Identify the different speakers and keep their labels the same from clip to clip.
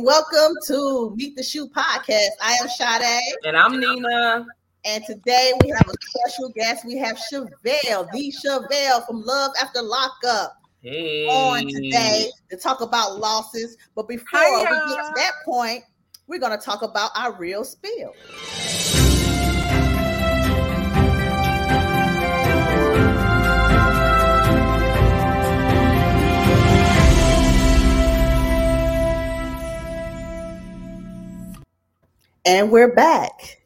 Speaker 1: Welcome to Meet the Shoe Podcast. I am Sade.
Speaker 2: And I'm Nina.
Speaker 1: And today we have a special guest. We have Chevelle, the Chevelle from Love After Lockup
Speaker 2: Hey.
Speaker 1: on today to talk about losses. But before we get
Speaker 2: Hiya.
Speaker 1: to that point, we're going to talk about our real spill. And we're back.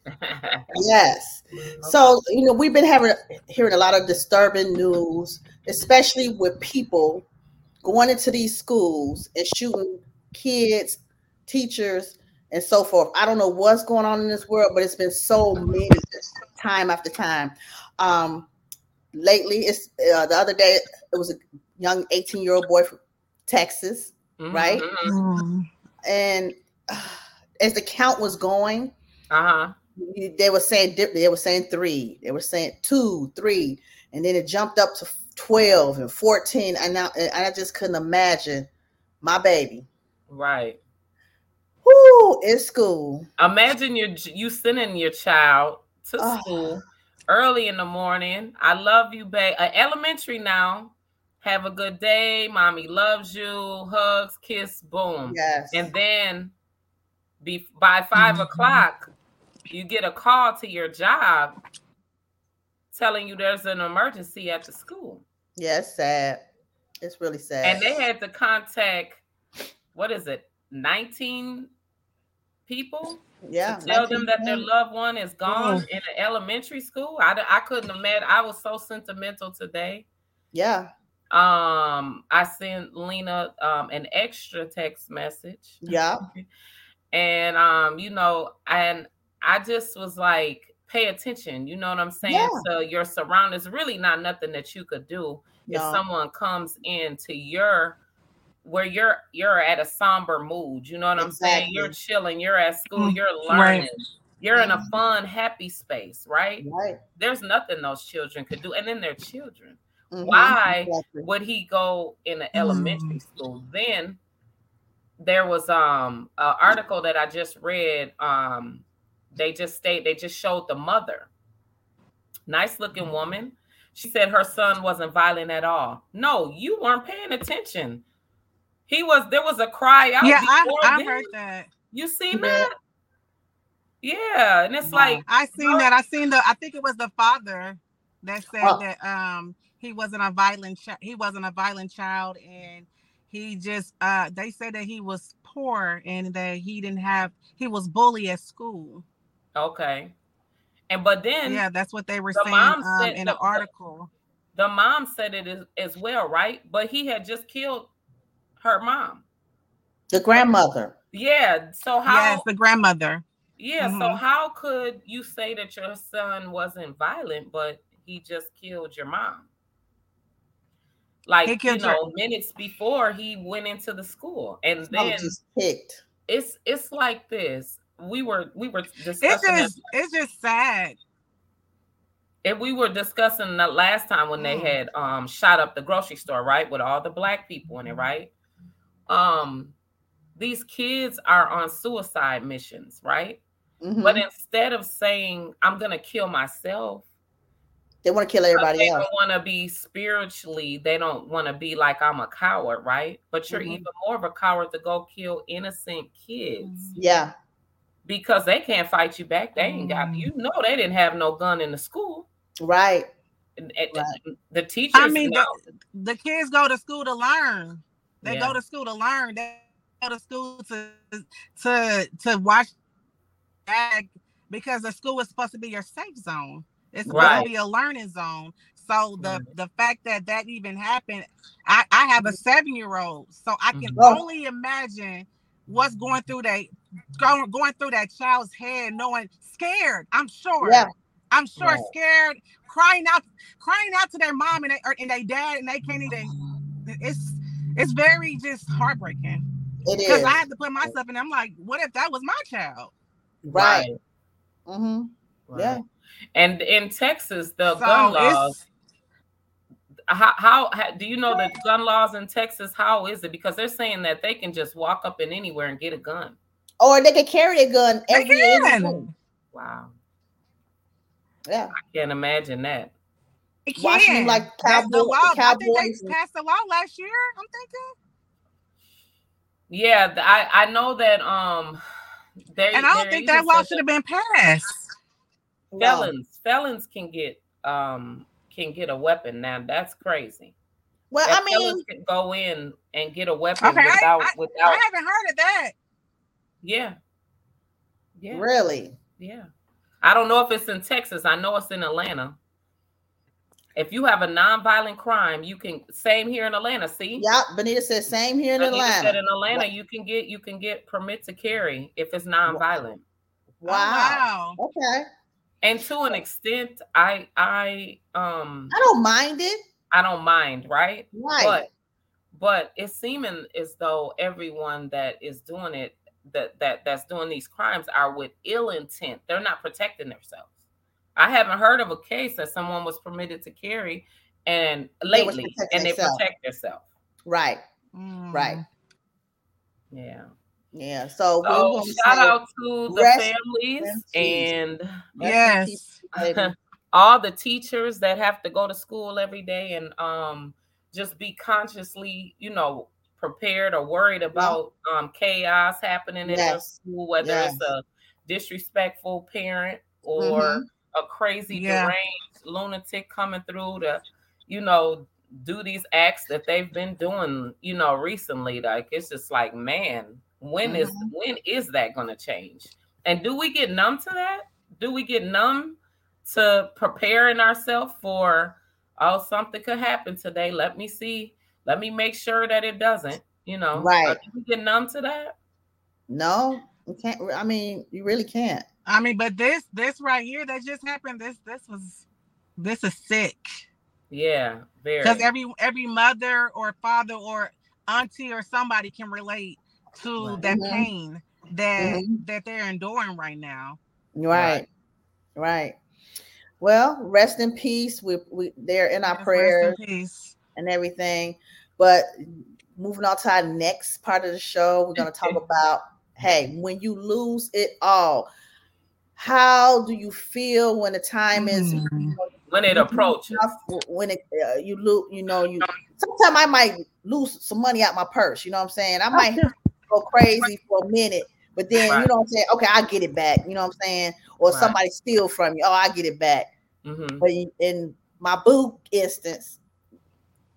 Speaker 1: Yes. So, you know, we've been having hearing a lot of disturbing news, especially with people going into these schools and shooting kids, teachers, and so forth. I don't know what's going on in this world, but it's been so many time after time. Um, lately, it's uh, the other day it was a young 18 year old boy from Texas Right?
Speaker 2: Uh
Speaker 3: Mm.
Speaker 1: and uh, as the count was going
Speaker 2: huh.
Speaker 1: you- they were saying di- they were saying three they were saying two three and then it jumped up to 12 and 14 and now and i just couldn't imagine my baby
Speaker 2: Right.
Speaker 1: who in school
Speaker 2: Imagine you you sending your child to
Speaker 1: Ugh.
Speaker 2: school early in the morning. I love you, babe. Uh, elementary now. Have a good day. Mommy loves you. Hugs, kiss, boom.
Speaker 1: yes
Speaker 2: Um,
Speaker 1: Mm-hmm.
Speaker 2: And then be, by 5
Speaker 3: Mhm.
Speaker 2: o'clock, you get a call to your job telling you there's an emergency at the school.
Speaker 1: yes sad it's really sad
Speaker 2: and they had to contact what is it 19 people
Speaker 1: yeah
Speaker 2: to tell them that their
Speaker 1: 19.
Speaker 2: loved one is gone in an elementary school I, d- I couldn't imagine i was so sentimental today
Speaker 1: yeah
Speaker 2: um i sent lena um an extra text message
Speaker 1: yeah
Speaker 2: and um you know and i just was like pay attention you know what i'm saying
Speaker 1: Yeah.
Speaker 2: so your surroundings really not nothing that you could do if
Speaker 1: no.
Speaker 2: someone comes into your where you're you're at a somber mood you know what i'm saying you're chilling you're at school
Speaker 3: Mm,
Speaker 2: you're
Speaker 3: right.
Speaker 2: learning you're in a fun happy space right
Speaker 1: right
Speaker 2: there's nothing those children could do and then they're children
Speaker 1: Mhm.
Speaker 2: Why
Speaker 1: Exactly.
Speaker 2: would he go in an
Speaker 3: Mm.
Speaker 2: elementary school then there was um an article that i just read um they just state they just showed the mother nice looking woman she said her son wasn't violent at all no you weren't paying attention he was there was a cry out
Speaker 3: Yeah, I,
Speaker 2: before
Speaker 3: I
Speaker 2: then.
Speaker 3: heard that.
Speaker 2: you seen
Speaker 1: Yeah.
Speaker 2: that yeah and it's
Speaker 3: Wow.
Speaker 2: like
Speaker 3: I seen that. I seen the. I think it was the father that said
Speaker 1: Oh.
Speaker 3: that um he wasn't a violent chi- he wasn't a violent child and he just uh they said that he was poor and that he didn't have he was bullied at school.
Speaker 2: okay and but then
Speaker 3: yeah, that's what they were
Speaker 2: the
Speaker 3: saying
Speaker 2: mom
Speaker 3: um,
Speaker 2: said
Speaker 3: in
Speaker 2: the-
Speaker 3: the article.
Speaker 2: the mom said it as, as well, right? But he had just killed her mom.
Speaker 1: the grandmother
Speaker 2: Yeah. So how?
Speaker 3: yes, the grandmother.
Speaker 2: yeah. So
Speaker 3: Mhm.
Speaker 2: how could you say that your son wasn't violent, but he just killed your mom? Like
Speaker 3: He
Speaker 2: you
Speaker 3: killed her-
Speaker 2: know, minutes before he went into the school, and
Speaker 3: Oh,
Speaker 1: Mama
Speaker 2: then
Speaker 1: just picked
Speaker 2: it's it's like this. We were we were discussing
Speaker 3: It's
Speaker 2: that-
Speaker 3: just it's just sad.
Speaker 2: if we were discussing the last time when they
Speaker 3: Mm.
Speaker 2: had um shot up the grocery store right with all the black people in it right um these kids are on suicide missions right
Speaker 1: Mhm.
Speaker 2: but instead of saying i'm gonna kill myself
Speaker 1: they want to kill everybody
Speaker 2: they
Speaker 1: else
Speaker 2: don't want to be spiritually they don't want to be like i'm a coward right but you're
Speaker 1: Mhm.
Speaker 2: even more of a coward to go kill innocent kids
Speaker 1: yeah
Speaker 2: because they can't fight you back they ain't got
Speaker 3: Mm.
Speaker 2: you know they didn't have no gun in the school
Speaker 1: right
Speaker 2: and, and-
Speaker 1: Right.
Speaker 2: the teachers
Speaker 3: mean,
Speaker 2: know.
Speaker 3: the kids go to school to learn. They
Speaker 2: Yeah.
Speaker 3: go to school to learn. They go to school to to to watch back because the school is supposed to be your safe zone. It's supposed
Speaker 2: Right.
Speaker 3: to be a learning zone. So the
Speaker 2: Right.
Speaker 3: the fact that that even happened, I I have a seven year old, so I can
Speaker 2: Mhm.
Speaker 3: only imagine what's going through that going going through that child's head, knowing scared. I'm sure.
Speaker 1: Yeah.
Speaker 3: I'm sure
Speaker 2: Right.
Speaker 3: scared, crying out, crying out to their mom and they, or, and they dad, and they can't even. It's it's very just heartbreaking
Speaker 1: it
Speaker 3: because
Speaker 1: is
Speaker 3: I had to put myself in. I'm like, what if that was my child?
Speaker 1: right, hmm
Speaker 2: Right.
Speaker 1: Yeah.
Speaker 2: And in Texas, the
Speaker 3: So
Speaker 2: gun
Speaker 3: it's-
Speaker 2: laws. How, how how do you know the gun laws in Texas? How is it? Because they're saying that they can just walk up in anywhere and get a gun.
Speaker 1: or they could carry a gun
Speaker 3: They
Speaker 1: every
Speaker 3: can.
Speaker 1: room.
Speaker 2: Wow.
Speaker 1: Yeah,
Speaker 2: I can't imagine that.
Speaker 3: They can.
Speaker 1: watch them like
Speaker 3: That's the
Speaker 1: cowboy,
Speaker 3: law. I think
Speaker 1: cowboys.
Speaker 3: they passed the law last year. I'm thinking,
Speaker 2: Yeah, th- I, I know that um there
Speaker 3: and I don't
Speaker 2: there
Speaker 3: think
Speaker 2: is
Speaker 3: that law
Speaker 2: such a-
Speaker 3: should have been passed.
Speaker 1: No.
Speaker 2: felons. Felons can get um can get a weapon. Now that's crazy.
Speaker 1: Well,
Speaker 2: That
Speaker 1: I mean,
Speaker 2: felons can go in and get a weapon
Speaker 3: Okay, I-
Speaker 2: without without
Speaker 3: I haven't heard of that.
Speaker 2: yeah. Yeah,
Speaker 1: really.
Speaker 2: yeah. I don't know if it's in Texas. I know it's in Atlanta. If you have a nonviolent crime, you can same here in Atlanta. See,
Speaker 1: Yep, Benita said same here in
Speaker 2: Like you just said
Speaker 1: Atlanta.
Speaker 2: in Atlanta,
Speaker 1: Right.
Speaker 2: you can get you can get permit to carry if it's nonviolent.
Speaker 3: Oh,
Speaker 1: Wow. Okay.
Speaker 2: And to an extent, I I um
Speaker 1: I don't mind it.
Speaker 2: I don't mind, right?
Speaker 1: Right.
Speaker 2: But but it's seeming as though everyone that is doing it that that that's doing these crimes are with ill intent. They're not protecting themselves. I haven't heard of a case that someone was permitted to carry and
Speaker 1: was
Speaker 2: lately
Speaker 1: protecting
Speaker 2: and they
Speaker 1: themselves.
Speaker 2: protect themselves.
Speaker 1: right.
Speaker 3: Mm.
Speaker 1: Right.
Speaker 2: Yeah.
Speaker 1: Yeah. So, we
Speaker 2: So
Speaker 1: wanna
Speaker 2: shout
Speaker 1: say
Speaker 2: out to the
Speaker 1: rest
Speaker 2: families
Speaker 1: in peace.
Speaker 2: and
Speaker 1: rest in
Speaker 3: Yes.
Speaker 1: peace, baby.
Speaker 2: all the teachers that have to go to school every day and um just be consciously you know prepared or worried about um chaos happening in their
Speaker 1: Yes.
Speaker 2: school whether it's
Speaker 1: Yes.
Speaker 2: a disrespectful parent or
Speaker 1: Mhm.
Speaker 2: a crazy
Speaker 3: Yeah.
Speaker 2: deranged lunatic coming through to you know do these acts that they've been doing you know recently like it's just like man when is
Speaker 1: Mhm.
Speaker 2: when is that going to change and do we get numb to that do we get numb to preparing ourselves for oh something could happen today let me see let me make sure that it doesn't you know
Speaker 1: Right.
Speaker 2: Uh, do we get numb to that
Speaker 1: No, you can't. I mean, you really can't.
Speaker 3: I mean, but this this right here that just happened. This this was this is sick
Speaker 2: yeah very
Speaker 3: because every every mother or father or auntie or somebody can relate to
Speaker 2: Right.
Speaker 3: that
Speaker 1: Mhm.
Speaker 3: pain that
Speaker 1: Mhm.
Speaker 3: that they're enduring right now.
Speaker 1: Right. Right. Well, rest in peace. We we they're in our
Speaker 3: Just
Speaker 1: prayers
Speaker 3: Rest in peace.
Speaker 1: and everything. But moving on to our next part of the show, we're going to talk about hey, when you lose it all, how do you feel when the time is
Speaker 3: Mm.
Speaker 2: when it approaches
Speaker 1: when it, uh, you lose, you know, you sometimes I might lose some money out my purse. You know what I'm saying? I might go crazy for a minute, but then you
Speaker 2: Right.
Speaker 1: know what I'm saying? Okay, I get it back. You know what I'm saying? Or
Speaker 2: Right.
Speaker 1: somebody steal from you. Oh, I get it back.
Speaker 2: Mhm.
Speaker 1: But in- in my boo instance,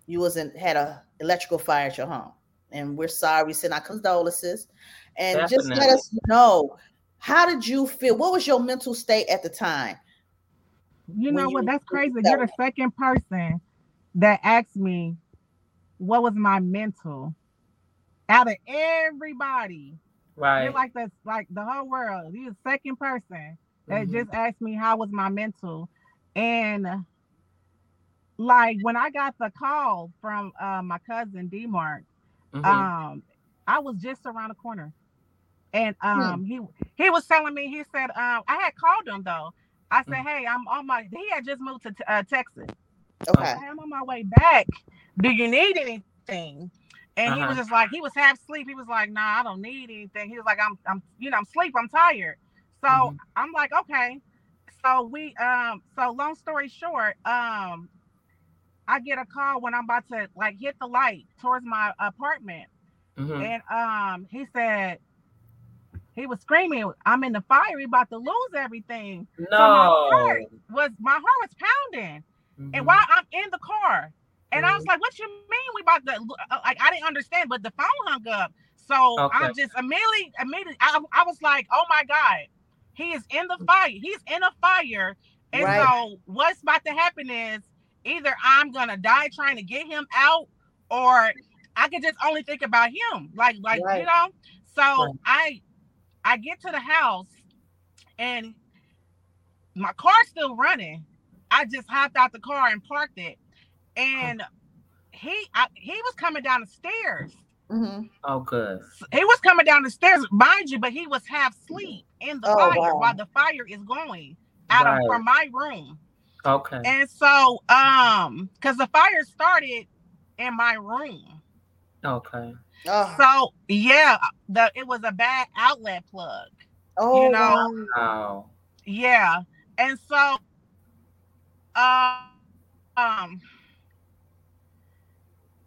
Speaker 1: you was in had a electrical fire at your home, and we're sorry. We send our condolences, and just let
Speaker 2: Definitely.
Speaker 1: us know how did you feel? What was your mental state at the time?
Speaker 3: You
Speaker 1: when
Speaker 3: know
Speaker 1: you
Speaker 3: what? That's crazy.
Speaker 1: yourself.
Speaker 3: You're the second person that asked me what was my mental out of everybody. You're
Speaker 2: right
Speaker 3: like that's like the whole world. You're the second person that
Speaker 2: Mhm.
Speaker 3: just asked me how was my mental. And like when I got the call from uh, my cousin D Mark,
Speaker 2: Mhm.
Speaker 3: um, I was just around the corner. And
Speaker 1: Hmm.
Speaker 3: um he he was telling me, he said, um, I had called him though. I said, hey, I'm on my he had just moved to uh, Texas.
Speaker 2: Oh.
Speaker 1: Okay,
Speaker 3: "Hey, I'm on my way back. Do you need anything? And he
Speaker 2: Uh-huh.
Speaker 3: was just like, he was half asleep. He was like, nah, I don't need anything. He was like, I'm, I'm, you know, I'm sleep. I'm tired. So
Speaker 2: Mhm.
Speaker 3: I'm like, okay. So we, um, so long story short, um, I get a call when I'm about to like hit the light towards my apartment,
Speaker 2: Mhm.
Speaker 3: and um, he said, he was screaming, I'm in the fire. We about to lose everything.
Speaker 2: no
Speaker 3: heart- Was my heart was pounding
Speaker 2: Mhm.
Speaker 3: and while I'm in the car, and I was
Speaker 2: Mhm.
Speaker 3: like, "What you mean we about to?" uh, Like I didn't understand, but the phone hung up, so I'm just immediately, immediately, I, I was like, "Oh my god, he is in the fire. He's in a fire." And
Speaker 1: Right.
Speaker 3: so what's about to happen is either I'm gonna die trying to get him out, or I could just only think about him, like like
Speaker 1: Right.
Speaker 3: you know. So
Speaker 2: Right.
Speaker 3: I I get to the house, and my car's still running. I just hopped out the car and parked it. And he I, he was coming down the stairs.
Speaker 1: hmm
Speaker 2: oh good
Speaker 3: He was coming down the stairs, mind you, but he was half asleep in the
Speaker 1: Oh,
Speaker 3: fire
Speaker 1: wow.
Speaker 3: while the fire is going out of,
Speaker 2: Right.
Speaker 3: from my room.
Speaker 2: okay
Speaker 3: And so um cuz the fire started in my room.
Speaker 2: okay
Speaker 1: Oh,
Speaker 3: So yeah, the it was a bad outlet plug.
Speaker 1: oh,
Speaker 3: you know,
Speaker 1: wow.
Speaker 2: Wow.
Speaker 3: Yeah. And so uh, um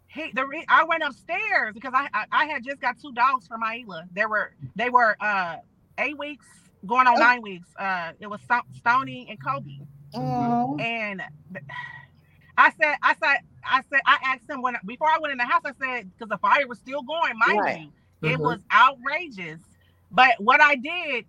Speaker 3: he the re- I went upstairs because I, I I had just got two dogs for my Ela. They were they were uh eight weeks going on
Speaker 1: Oh.
Speaker 3: nine weeks. Uh it was Sto- Stony and Kobe.
Speaker 2: Mm-hmm.
Speaker 1: Oh,
Speaker 3: And th- I said I said I said I asked him when before I went in the house, I said because the fire was still going, mind
Speaker 1: Right.
Speaker 3: you. It
Speaker 2: Mhm.
Speaker 3: was outrageous. But what I did,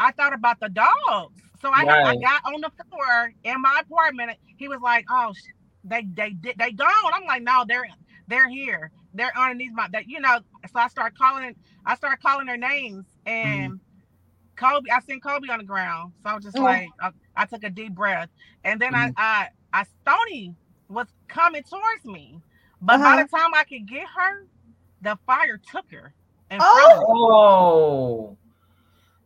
Speaker 3: I thought about the dogs. So I, I
Speaker 2: Right.
Speaker 3: got on the floor in my apartment. He was like, "Oh, sh- they they did they gone." I'm like, "No, they're they're here. They're underneath my that you know." So I start calling I start calling their names and Kobe. I seen Kobe on the ground. So I was just
Speaker 1: Mm.
Speaker 3: like, I, I took a deep breath, and then I I I Stony was coming towards me, but by the time I could get her, the fire took her. In front of
Speaker 1: Oh.
Speaker 3: me.
Speaker 2: Oh.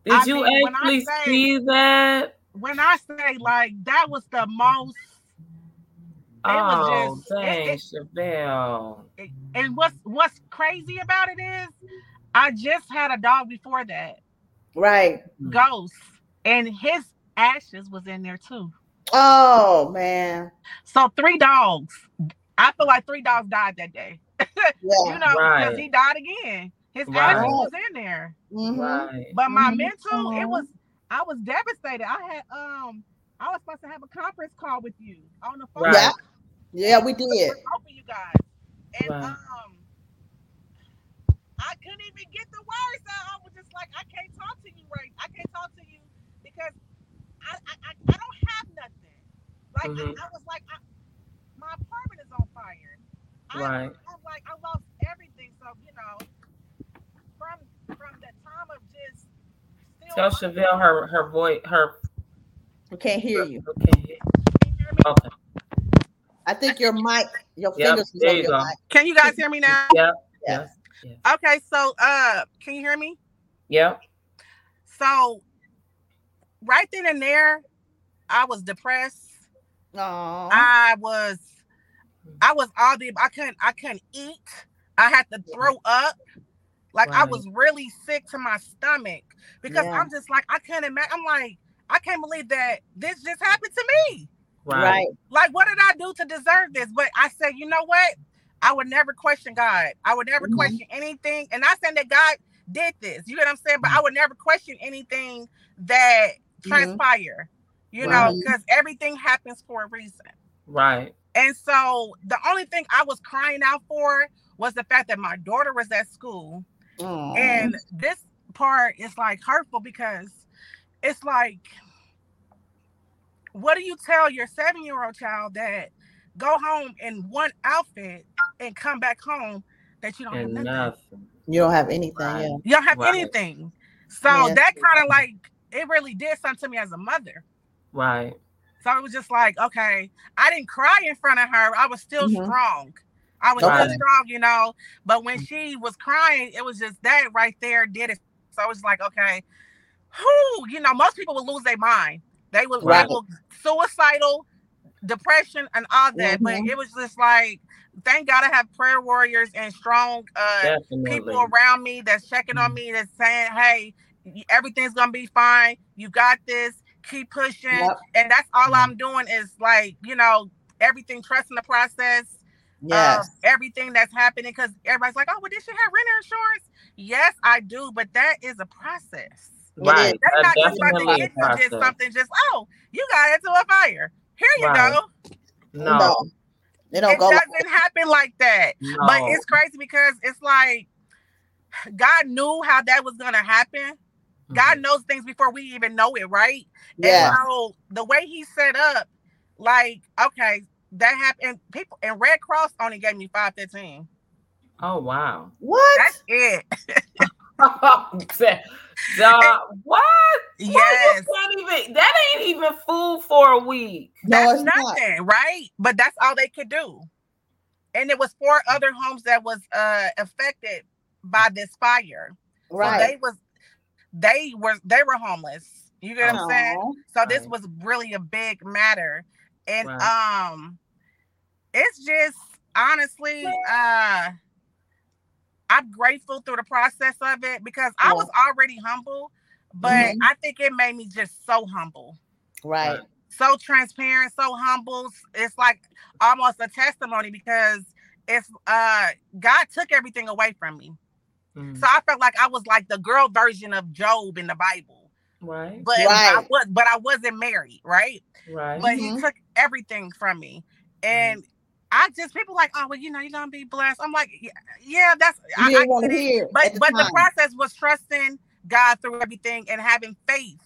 Speaker 2: Did
Speaker 3: I
Speaker 2: you
Speaker 3: mean, when I
Speaker 2: actually
Speaker 3: say-
Speaker 2: see that?
Speaker 3: when I say like that was the most, was
Speaker 2: oh,
Speaker 3: just- it-
Speaker 2: dang,
Speaker 3: it-
Speaker 2: Chevelle.
Speaker 3: and what's what's crazy about it is, I just had a dog before that,
Speaker 1: right.
Speaker 2: Mhm.
Speaker 3: Ghost, and his ashes was in there too.
Speaker 1: Oh man,
Speaker 3: So three dogs. I feel like three dogs died that day.
Speaker 1: yeah.
Speaker 3: You know, because
Speaker 2: Right.
Speaker 3: he died again. His
Speaker 2: Right.
Speaker 3: ashes was in there.
Speaker 1: Mhm.
Speaker 2: Right.
Speaker 3: But my
Speaker 1: Mhm.
Speaker 3: mental, it
Speaker 1: Mhm.
Speaker 3: was I was devastated. I had um I was supposed to have a conference call with you on the phone.
Speaker 2: Right.
Speaker 1: Yeah, yeah, we did.
Speaker 3: with both of you guys. And
Speaker 2: Right.
Speaker 3: um I couldn't even get the words out. I was just like, I can't talk to you right. I can't talk to you because I I, I, I don't have nothing. Like
Speaker 2: Mhm.
Speaker 3: I, I was like, I, my apartment is on fire. I,
Speaker 2: Right.
Speaker 3: I'm like, I lost everything. So you know, from from the time of just still
Speaker 2: Tell Chevelle her her voice her.
Speaker 1: We can't hear you.
Speaker 2: Okay.
Speaker 3: Can you hear me?
Speaker 2: Okay.
Speaker 1: I think your mic, your
Speaker 2: Yep,
Speaker 1: fingers was
Speaker 2: there
Speaker 1: on
Speaker 2: you
Speaker 1: your
Speaker 2: go.
Speaker 1: mic.
Speaker 3: Can you guys hear me now?
Speaker 2: Yep.
Speaker 1: Yes.
Speaker 3: Okay, so uh, can you hear me?
Speaker 2: Yep.
Speaker 3: So right then and there, I was depressed.
Speaker 1: Aw.
Speaker 3: I was I was all the I couldn't I couldn't eat. I had to throw up. Like I
Speaker 2: Right.
Speaker 3: was really sick to my stomach because
Speaker 1: Yeah.
Speaker 3: I'm just like I couldn't imagine. I'm like I can't believe that this just happened to me.
Speaker 2: Right.
Speaker 3: Like what did I do to deserve this? But I said, you know what? I would never question God. I would never
Speaker 1: Mhm.
Speaker 3: question anything. And not saying that God did this. You know what I'm saying? But I would never question anything that
Speaker 1: Mhm.
Speaker 3: transpire. You know,
Speaker 1: Right.
Speaker 3: because everything happens for a reason.
Speaker 2: Right.
Speaker 3: And so the only thing I was crying out for was the fact that my daughter was at school.
Speaker 1: Aw.
Speaker 3: And
Speaker 2: Oh.
Speaker 3: this part is like hurtful because it's like, what do you tell your seven year old child that go home in one outfit and come back home that you don't
Speaker 2: And
Speaker 3: have nothing?
Speaker 2: nothing.
Speaker 1: you don't have anything.
Speaker 2: Right.
Speaker 1: Yeah.
Speaker 3: You don't have
Speaker 2: Right.
Speaker 3: anything. So
Speaker 1: Yeah.
Speaker 3: that kind of like, it really did something to me as a mother.
Speaker 2: Right.
Speaker 3: So it was just like, okay, I didn't cry in front of her. I was still
Speaker 2: Mm-hmm.
Speaker 1: Mhm.
Speaker 3: strong. I was
Speaker 2: Right.
Speaker 3: still strong, you know. But when
Speaker 2: Mm.
Speaker 3: she was crying, it was just that right there did it. So I was like, okay, who, you know, most people would lose their mind. They would,
Speaker 2: Right.
Speaker 3: they would suicidal, depression, and all that. But
Speaker 2: Mm-hmm.
Speaker 1: Mhm.
Speaker 3: it was just like, thank God I have prayer warriors and strong uh
Speaker 2: Definitely. Mm.
Speaker 3: people around me that's checking on me that's saying hey y- everything's gonna be fine you got this keep pushing
Speaker 1: Yep.
Speaker 3: and um, that's all
Speaker 2: Yeah.
Speaker 1: Mm-hmm.
Speaker 3: i'm doing is like you know everything trusting the process
Speaker 1: Yes.
Speaker 3: of everything that's happening because everybody's like oh well did you have renter insurance yes i do but that is a process
Speaker 2: Right.
Speaker 3: that's
Speaker 2: That's
Speaker 3: not just about to
Speaker 2: definitely
Speaker 3: give
Speaker 2: a
Speaker 3: you just
Speaker 2: process.
Speaker 3: something just oh you got into a fire here you
Speaker 2: Right.
Speaker 3: go
Speaker 2: No.
Speaker 1: no. They don't
Speaker 3: it
Speaker 1: go.
Speaker 3: doesn't
Speaker 1: Like,
Speaker 3: happen like that
Speaker 2: no.
Speaker 3: but it's crazy because it's like God knew how that was gonna happen.
Speaker 2: Mm-hmm.
Speaker 3: God knows things before we even know it, right?
Speaker 1: yeah.
Speaker 3: And so the way he set up, like, okay, that happened. People and Red Cross only gave me five fifteen.
Speaker 2: Oh wow.
Speaker 1: What?
Speaker 3: That's it.
Speaker 2: Duh, what?
Speaker 3: Yes.
Speaker 2: Why you can't even, that ain't even food for a week.
Speaker 1: no,
Speaker 3: that's
Speaker 1: it's not.
Speaker 3: nothing, right? But that's all they could do. And it was four other homes that was uh affected by this fire. So
Speaker 1: Right.
Speaker 3: they was they were they were homeless. You get what I'm saying?
Speaker 1: Aw.
Speaker 3: So this
Speaker 2: Right.
Speaker 3: was really a big matter. And um it's just honestly uh I'm grateful through the process of it because I
Speaker 1: Yeah.
Speaker 3: was already humble, but
Speaker 1: Mhm.
Speaker 3: I think it made me just so humble,
Speaker 1: Right.
Speaker 3: so transparent, so humble. It's like almost a testimony because it's uh God took everything away from me.
Speaker 2: Mm.
Speaker 1: Mm-hmm.
Speaker 3: So I felt like I was like the girl version of Job in the Bible.
Speaker 2: Right.
Speaker 3: But I
Speaker 1: Right.
Speaker 3: was but I wasn't married, right?
Speaker 2: Right.
Speaker 3: But
Speaker 1: Mhm.
Speaker 3: he took everything from me. And I just people like, oh well, you know, you're gonna be blessed. I'm like, yeah, yeah that's
Speaker 1: You
Speaker 3: I, I
Speaker 1: didn't want
Speaker 3: get
Speaker 1: to
Speaker 3: it.
Speaker 1: hear. it
Speaker 3: But
Speaker 1: at the
Speaker 3: but the
Speaker 1: time.
Speaker 3: process was trusting God through everything and having faith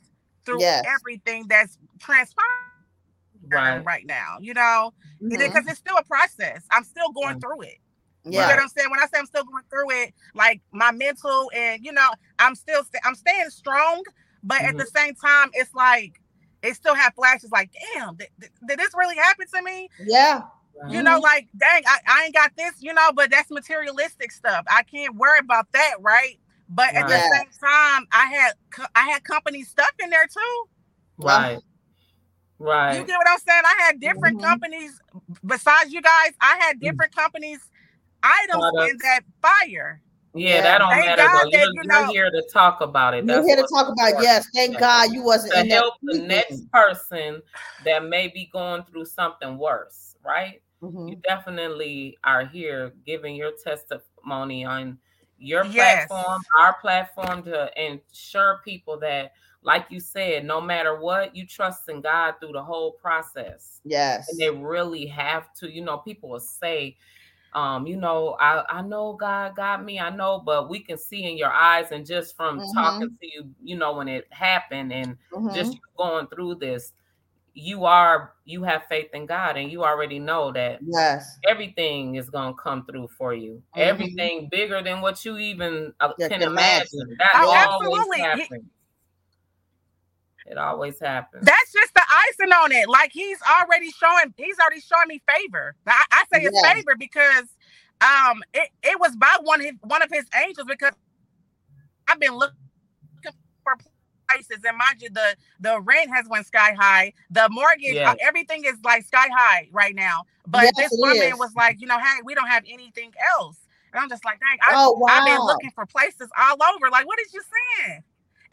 Speaker 3: through
Speaker 1: Yes.
Speaker 3: everything that's transpiring
Speaker 2: right.
Speaker 3: right, now. You know, because
Speaker 1: Mhm.
Speaker 3: it's still a process. I'm still going
Speaker 2: Right.
Speaker 3: through it. You know
Speaker 1: Yeah.
Speaker 3: what I'm saying? When I say I'm still going through it, like my mental and you know, I'm still st- I'm staying strong, but at
Speaker 2: Mm-hmm.
Speaker 3: the same time, it's like it still have flashes. Like, damn, th- th- did this really happen to me?
Speaker 1: Yeah.
Speaker 2: Right.
Speaker 3: You know, like, dang, I, I ain't got this, you know, but that's materialistic stuff. I can't worry about that, right? But at the
Speaker 1: Right.
Speaker 3: same time, I had co- I had company stuff in there too.
Speaker 2: Right.
Speaker 3: You
Speaker 2: Right. Mm-hmm.
Speaker 3: get what I'm saying? I had different
Speaker 1: Mhm.
Speaker 3: companies besides you guys. I had different companies items in
Speaker 2: Mm. Products.
Speaker 3: that fire.
Speaker 2: Yeah,
Speaker 1: Yeah.
Speaker 2: that don't
Speaker 3: Thank
Speaker 2: matter
Speaker 3: God
Speaker 2: though.
Speaker 3: that,
Speaker 2: You're,
Speaker 3: you
Speaker 2: you're
Speaker 3: know-
Speaker 2: here to talk about it.
Speaker 1: You're
Speaker 2: That's
Speaker 1: here to
Speaker 2: what's
Speaker 1: talk Mm-hmm. about
Speaker 2: important.
Speaker 1: yes. Thank
Speaker 2: Yeah.
Speaker 1: God you wasn't
Speaker 2: to
Speaker 1: in that
Speaker 2: help the
Speaker 1: meeting.
Speaker 2: next person that may be going through something worse, right?
Speaker 1: Mhm.
Speaker 2: You definitely are here giving your testimony on your
Speaker 3: Yes.
Speaker 2: platform, our platform to ensure people that, like you said, no matter what, you trust in God through the whole process.
Speaker 1: Yes.
Speaker 2: And they really have to, you know, people will say, um, you know, I, I know God got me, I know, but we can see in your eyes and just from
Speaker 1: Mhm.
Speaker 2: talking to you, you know, when it happened and
Speaker 1: Mhm.
Speaker 2: just you going through this you are you have faith in god and you already know that
Speaker 1: yes.
Speaker 2: everything is going to come through for you
Speaker 3: Mm-hmm.
Speaker 1: Mhm.
Speaker 2: everything bigger than what you even uh,
Speaker 1: Yeah,
Speaker 2: can
Speaker 1: can
Speaker 2: imagine
Speaker 1: imagine.
Speaker 2: that
Speaker 3: Oh,
Speaker 2: always
Speaker 3: absolutely. He-
Speaker 2: happens it always happens
Speaker 3: That's just the icing on it. Like he's already showing, he's already showing me favor. I, I say his
Speaker 1: Yes.
Speaker 3: favor because um it, it was by one of his one of his angels because I've been looking for places and mind you the the rent has went sky high. The mortgage,
Speaker 2: Yes.
Speaker 3: uh, everything is like sky high right now. But
Speaker 1: Yes,
Speaker 3: this
Speaker 1: it
Speaker 3: woman
Speaker 1: is.
Speaker 3: was like, you know, hey, we don't have anything else. And I'm just like, dang, I,
Speaker 1: oh wow.
Speaker 3: I've been looking for places all over. Like, what is you saying?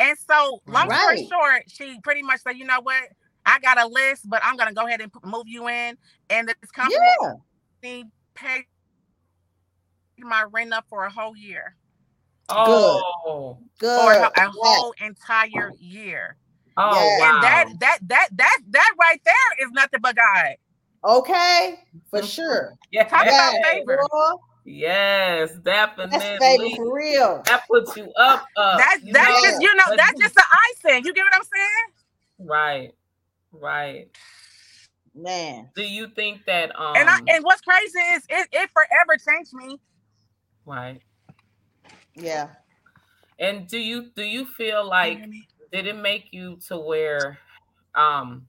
Speaker 3: And so, long story
Speaker 1: Right.
Speaker 3: short, she pretty much said, you know what? I got a list, but I'm gonna go ahead and p- move you in. And this company
Speaker 1: yeah.
Speaker 3: paid my rent up for a whole year,
Speaker 2: oh
Speaker 1: Good.
Speaker 3: for a, a
Speaker 1: Yes.
Speaker 3: whole entire year.
Speaker 2: oh
Speaker 1: Yes.
Speaker 2: wow
Speaker 3: And that, that, that, that, that right there is nothing but God.
Speaker 1: Okay. For
Speaker 2: Mhm.
Speaker 1: sure.
Speaker 2: yes.
Speaker 3: Talk about
Speaker 1: Yes,
Speaker 3: favor.
Speaker 1: girl.
Speaker 2: yes definitely
Speaker 1: That's favor for real.
Speaker 2: that puts you up up
Speaker 3: That's
Speaker 2: Oh, you
Speaker 3: that's
Speaker 1: know,
Speaker 3: just you know
Speaker 2: but-
Speaker 3: that's just the icing. You get what I'm saying?
Speaker 2: right right
Speaker 1: Man.
Speaker 2: do you think that um
Speaker 3: And I and what's crazy is it, it forever changed me.
Speaker 2: right
Speaker 1: Yeah.
Speaker 2: and do you do you feel like did it make you to where um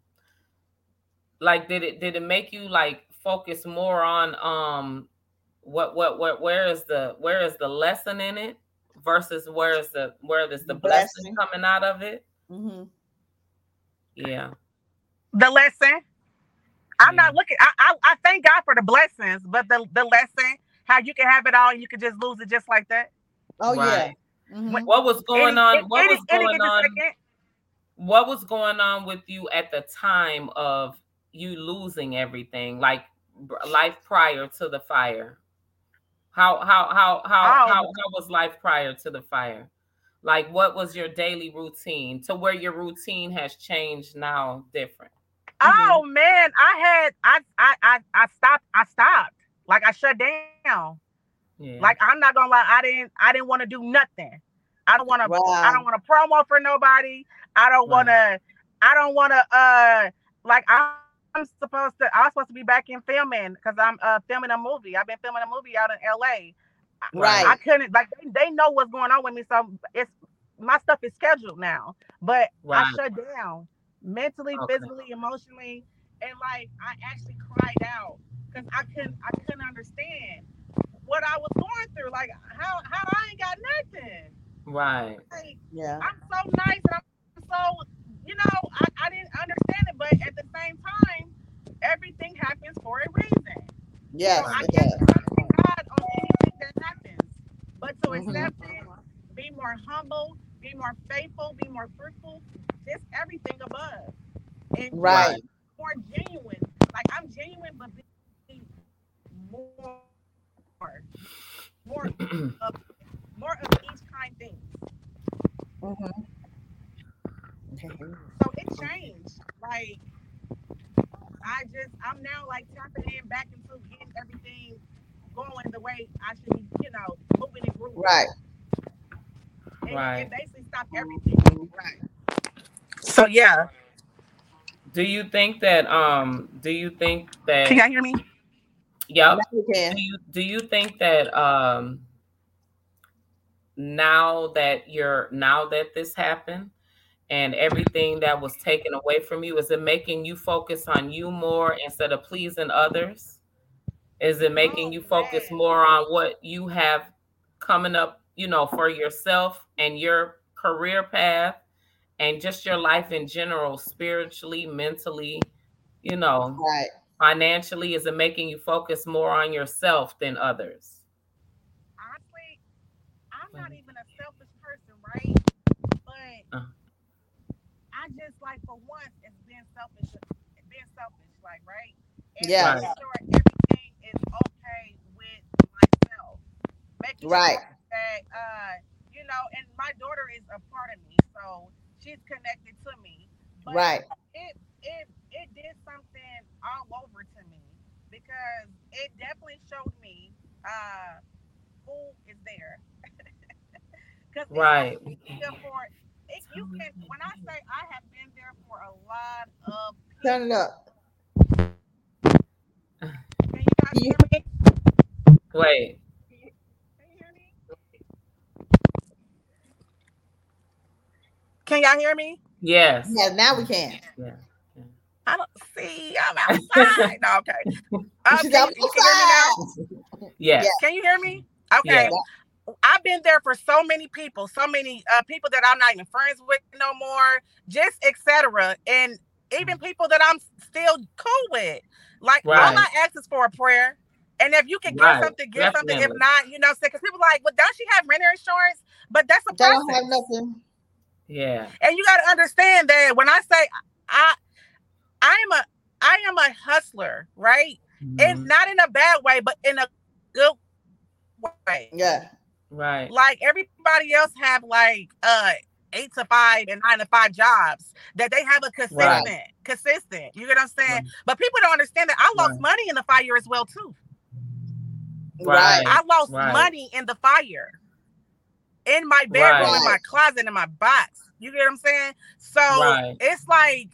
Speaker 2: like did it did it make you like focus more on um what what what where is the where is the lesson in it versus where is the where is the blessing,
Speaker 1: Blessing.
Speaker 2: coming out of it
Speaker 1: hmm
Speaker 2: yeah
Speaker 3: the lesson. I'm
Speaker 2: Yeah.
Speaker 3: not looking. I, I I thank God for the blessings, but the the lesson how you can have it all and you can just lose it just like that.
Speaker 1: Oh
Speaker 2: Right.
Speaker 1: yeah. Mhm.
Speaker 3: When-
Speaker 2: what was going
Speaker 3: Any-
Speaker 2: on
Speaker 3: any-
Speaker 2: what
Speaker 3: any-
Speaker 2: was
Speaker 3: any
Speaker 2: going
Speaker 3: given
Speaker 2: on
Speaker 3: second.
Speaker 2: what was going on with you at the time of you losing everything like b- life prior to the fire how how how how how,
Speaker 3: Oh.
Speaker 2: how was life prior to the fire like what was your daily routine to where your routine has changed now different Mm-hmm.
Speaker 3: Oh man, I had I, I I I stopped. I stopped. Like I shut down.
Speaker 2: yeah
Speaker 3: Like I'm not gonna lie. I didn't I didn't want to do nothing. I don't want to.
Speaker 1: Wow.
Speaker 3: I don't want to promo for nobody. I don't
Speaker 2: Right.
Speaker 3: want to. I don't want to. Uh, like I- I'm supposed to. I'm supposed to be back in filming because I'm uh filming a movie. I've been filming a movie out in L.A.
Speaker 1: Right.
Speaker 3: I couldn't like they, they know what's going on with me, so it's my stuff is scheduled now. But I
Speaker 2: Right.
Speaker 3: shut down mentally,
Speaker 2: Okay.
Speaker 3: physically, emotionally, and like I actually cried out because I couldn't I couldn't understand what I was going through. Like how how I ain't got nothing.
Speaker 2: right
Speaker 3: Like
Speaker 1: Yeah.
Speaker 3: I'm so nice and I'm so you know I, I didn't understand it, but at the same time, everything happens for a reason.
Speaker 1: Yes.
Speaker 3: So I
Speaker 1: It
Speaker 3: can't
Speaker 1: does.
Speaker 3: trust in God on anything that happens. But humble, be more faithful, be more fruitful, just everything above. And
Speaker 1: Right.
Speaker 3: be more genuine. Like I'm genuine, but be more, more of, more of each kind thing.
Speaker 1: Mhm.
Speaker 3: So it changed. Like I just I'm now like tapping in back into getting everything going the way I should be, you know, moving and grooving.
Speaker 1: Right.
Speaker 3: It,
Speaker 2: Right.
Speaker 3: it basically stopped everything. Right. So yeah.
Speaker 2: Do you think that um do you think that
Speaker 3: Can y'all hear me?
Speaker 2: yep,
Speaker 1: Now you can.
Speaker 2: do you do you think that um now that you're now that this happened and everything that was taken away from you is it making you focus on you more instead of pleasing others is it making you focus
Speaker 3: man.
Speaker 2: more on what you have coming up you know for yourself and your career path and just your life in general spiritually mentally you know
Speaker 1: Right.
Speaker 2: financially? Is it making you focus more on yourself than others?
Speaker 3: Honestly, I'm not
Speaker 2: Mhm.
Speaker 3: even a selfish person, right? But
Speaker 2: Uh-huh.
Speaker 3: I just like for once it's being selfish being selfish, like right?
Speaker 1: Yeah.
Speaker 3: making sure everything is okay with myself. Making
Speaker 1: Right.
Speaker 3: sure that uh, you know, and my daughter is a part of me, so she's connected to me. But
Speaker 1: Right.
Speaker 3: it it it did something all over to me because it definitely showed me uh who is there. Cause it
Speaker 2: Right.
Speaker 3: showed me there for it, you can when I say I have been there for a lot of
Speaker 1: Turn it up.
Speaker 3: can you guys hear me?
Speaker 2: Wait,
Speaker 3: Can you hear me? Can y'all hear me?
Speaker 2: yes.
Speaker 1: Yeah. Now we can.
Speaker 3: I don't see. I'm outside. no, okay. Um,
Speaker 1: She's
Speaker 3: can, you, can you hear me now?
Speaker 1: outside.
Speaker 2: Yes.
Speaker 3: Can you hear me? Okay. I've been there for so many people, so many uh, people that I'm not even friends with no more, just etc. And even
Speaker 1: Mm.
Speaker 3: people that I'm still cool with. Like all I
Speaker 2: Right.
Speaker 3: ask is for a prayer. And if you can give
Speaker 2: Right,
Speaker 3: something, give something.
Speaker 2: definitely.
Speaker 3: If not, you know, because people like, well, don't she have renter insurance? But that's a
Speaker 1: They don't
Speaker 3: process.
Speaker 1: have nothing.
Speaker 2: Yeah.
Speaker 3: And you got to understand that when I say I, I am a, I am a hustler, right? And
Speaker 2: Mhm.
Speaker 3: not in a bad way, but in a good way.
Speaker 1: Yeah.
Speaker 2: Right.
Speaker 3: Like everybody else have like uh eight to five and nine to five jobs that they have a consistent, consistent. You get what I'm saying?
Speaker 2: Right.
Speaker 3: But people don't understand that I lost
Speaker 2: Right.
Speaker 3: money in the fire as well too.
Speaker 1: Right.
Speaker 2: Right.
Speaker 3: I lost
Speaker 2: right.
Speaker 3: money in the fire, in my bedroom, in my
Speaker 1: Right.
Speaker 3: closet, in my box. You get what I'm saying? So
Speaker 2: Right.
Speaker 3: it's like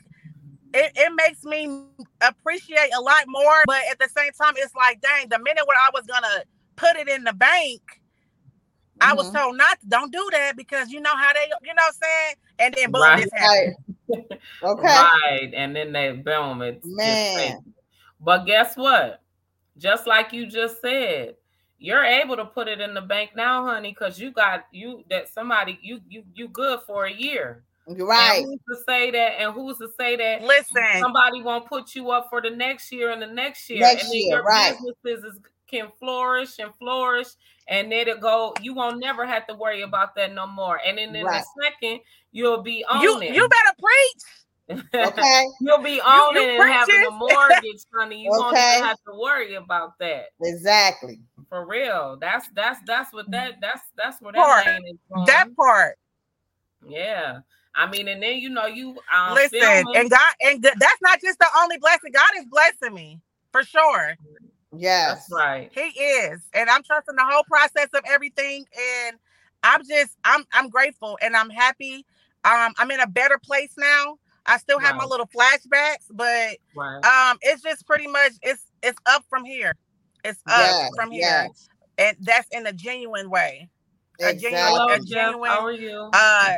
Speaker 3: it, it makes me appreciate a lot more, but at the same time, it's like, dang, the minute where I was gonna put it in the bank, I was
Speaker 1: Mhm.
Speaker 2: Mm-hmm.
Speaker 3: told not to don't do that because you know how they you know what I'm saying? And then boom,
Speaker 2: Right.
Speaker 3: this happened.
Speaker 1: Mm-hmm. Right. Okay.
Speaker 2: Right. And then they boom it.
Speaker 1: Man.
Speaker 2: But guess what? Just like you just said, you're able to put it in the bank now, honey, because you got you that somebody you you you good for a year.
Speaker 1: You're
Speaker 2: And
Speaker 1: right.
Speaker 2: who's to say that? And who's to say that
Speaker 3: Listen,
Speaker 2: somebody won't put you up for the next year and the next year,
Speaker 1: Next
Speaker 2: and then
Speaker 1: year,
Speaker 2: your
Speaker 1: right.
Speaker 2: businesses is, can flourish and flourish, and then it'll go. You won't never have to worry about that no more. And then in
Speaker 1: Right.
Speaker 2: a second, you'll be
Speaker 3: you
Speaker 2: owning.
Speaker 3: you better preach.
Speaker 1: Okay.
Speaker 2: will be owning and having a
Speaker 3: preaching.
Speaker 2: mortgage, honey. You won't
Speaker 1: Okay.
Speaker 2: even have to worry about that
Speaker 1: Exactly.
Speaker 2: for real. That's that's that's what that that's that's where
Speaker 3: Part.
Speaker 2: that lane is going.
Speaker 3: That part.
Speaker 2: yeah. I mean, and then you know you um,
Speaker 3: Listen,
Speaker 2: filming.
Speaker 3: and God and God- that's not just the only blessing. God is blessing me for sure.
Speaker 1: Yes.
Speaker 2: that's right.
Speaker 3: He is, and I'm trusting the whole process of everything, and I'm just I'm I'm grateful and I'm happy. Um, I'm in a better place now. I still have my
Speaker 2: Right.
Speaker 3: little flashbacks, but
Speaker 2: Right.
Speaker 3: um, it's just pretty much it's it's up from here. It's up
Speaker 1: Yes,
Speaker 3: from here,
Speaker 1: yes.
Speaker 3: and that's in a genuine way. A genuine-
Speaker 1: Exactly.
Speaker 2: Hello,
Speaker 3: a
Speaker 2: Jeff.
Speaker 3: genuine,
Speaker 2: How are you?
Speaker 3: Uh,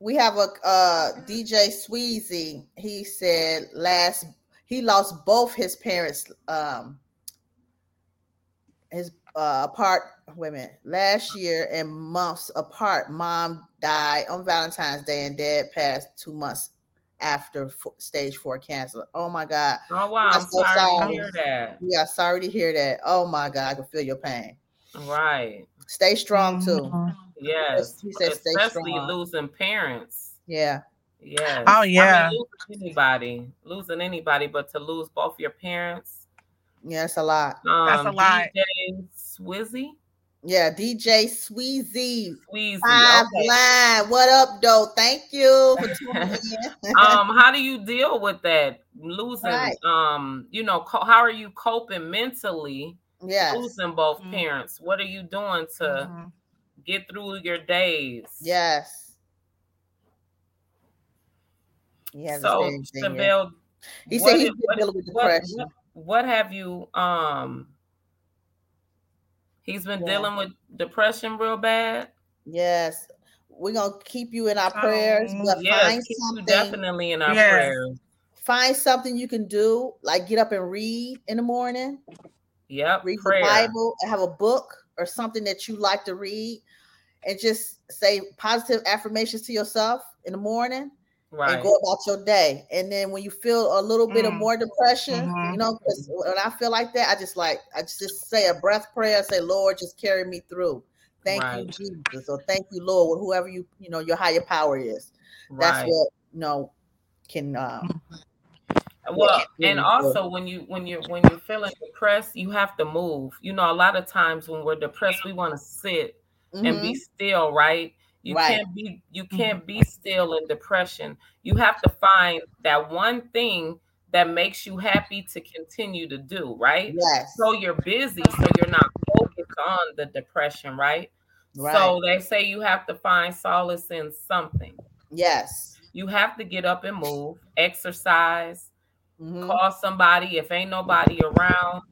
Speaker 1: We have a uh, DJ Sweezy. He said last he lost both his parents. Um, his uh, apart. Wait a minute. Last year and months apart. Mom died on Valentine's Day, and Dad passed two months after fo- stage four cancer. Oh my God.
Speaker 2: Oh wow,
Speaker 1: I'm
Speaker 2: I'm
Speaker 1: so
Speaker 2: sorry to
Speaker 1: sorry.
Speaker 2: hear that.
Speaker 1: We are sorry to hear that. Oh my God, I can feel your pain.
Speaker 2: Right.
Speaker 1: Stay
Speaker 3: Uh,
Speaker 1: strong
Speaker 2: Mm-hmm.
Speaker 1: too.
Speaker 2: Yes.
Speaker 1: He said stay
Speaker 2: Especially
Speaker 1: strong.
Speaker 2: losing parents.
Speaker 1: Yeah.
Speaker 2: Yes.
Speaker 3: Oh,
Speaker 2: I mean,
Speaker 3: yeah.
Speaker 2: losing anybody, losing anybody, but to lose both your parents.
Speaker 1: Yeah, it's a lot.
Speaker 2: Um,
Speaker 3: That's a lot.
Speaker 2: DJ Swizzy,
Speaker 1: Yeah, DJ Sweezy.
Speaker 2: Sweezy.
Speaker 1: Five
Speaker 2: okay.
Speaker 1: line. What up, though? Thank you for tuning in.
Speaker 2: um, how do you deal with that losing?
Speaker 1: Right.
Speaker 2: Um, you know, co- how are you coping mentally?
Speaker 1: yes. Mm-hmm.
Speaker 2: Losing both
Speaker 3: Mhm.
Speaker 2: parents. What are you doing to
Speaker 3: Mhm.
Speaker 2: get through your days?
Speaker 1: Yes. He has
Speaker 2: So,
Speaker 1: his name there.
Speaker 2: Chevelle,
Speaker 1: He
Speaker 2: what
Speaker 1: said he's
Speaker 2: is-
Speaker 1: been
Speaker 2: what-
Speaker 1: dealing with
Speaker 2: what-
Speaker 1: depression.
Speaker 2: What, what have you um he's been
Speaker 1: Yeah.
Speaker 2: dealing with depression real bad?
Speaker 1: Yes. We're gonna keep you in our prayers,
Speaker 3: Um,
Speaker 1: but
Speaker 2: Yes,
Speaker 1: find
Speaker 2: keep you
Speaker 1: something
Speaker 2: definitely in our
Speaker 3: Yes.
Speaker 2: prayers.
Speaker 1: find something you can do, like get up and read in the morning,
Speaker 2: Yep.
Speaker 1: read
Speaker 2: prayer.
Speaker 1: the Bible, and have a book or something that you like to read, and just say positive affirmations to yourself in the morning
Speaker 2: Right.
Speaker 1: and go about your day. And then when you feel a little bit of
Speaker 3: Mm.
Speaker 1: more depression,
Speaker 2: Mm-hmm.
Speaker 3: Mhm.
Speaker 1: you know, 'cause when I feel like that, I just like I just say a breath prayer, say, Lord, just carry me through. Thank you,
Speaker 2: Right.
Speaker 1: Jesus, or thank you, Lord, whoever you you know your higher power is. That's
Speaker 2: right.
Speaker 1: what you know can um,
Speaker 2: well
Speaker 1: yeah,
Speaker 2: and
Speaker 1: yeah.
Speaker 2: also when you when you're when you're feeling depressed you have to move you know a lot of times when we're depressed we want to sit Mm-hmm. and
Speaker 1: mhm,
Speaker 2: be still right you
Speaker 1: Right. Mm-hmm.
Speaker 2: can't be you can't be still in depression you have to find that one thing that makes you happy to continue to do right
Speaker 1: yes,
Speaker 2: so you're busy so you're not focused on the depression right
Speaker 1: right,
Speaker 2: so they say you have to find solace in something
Speaker 1: yes.
Speaker 2: you have to get up and move exercise
Speaker 1: mhm.
Speaker 2: call somebody if ain't nobody around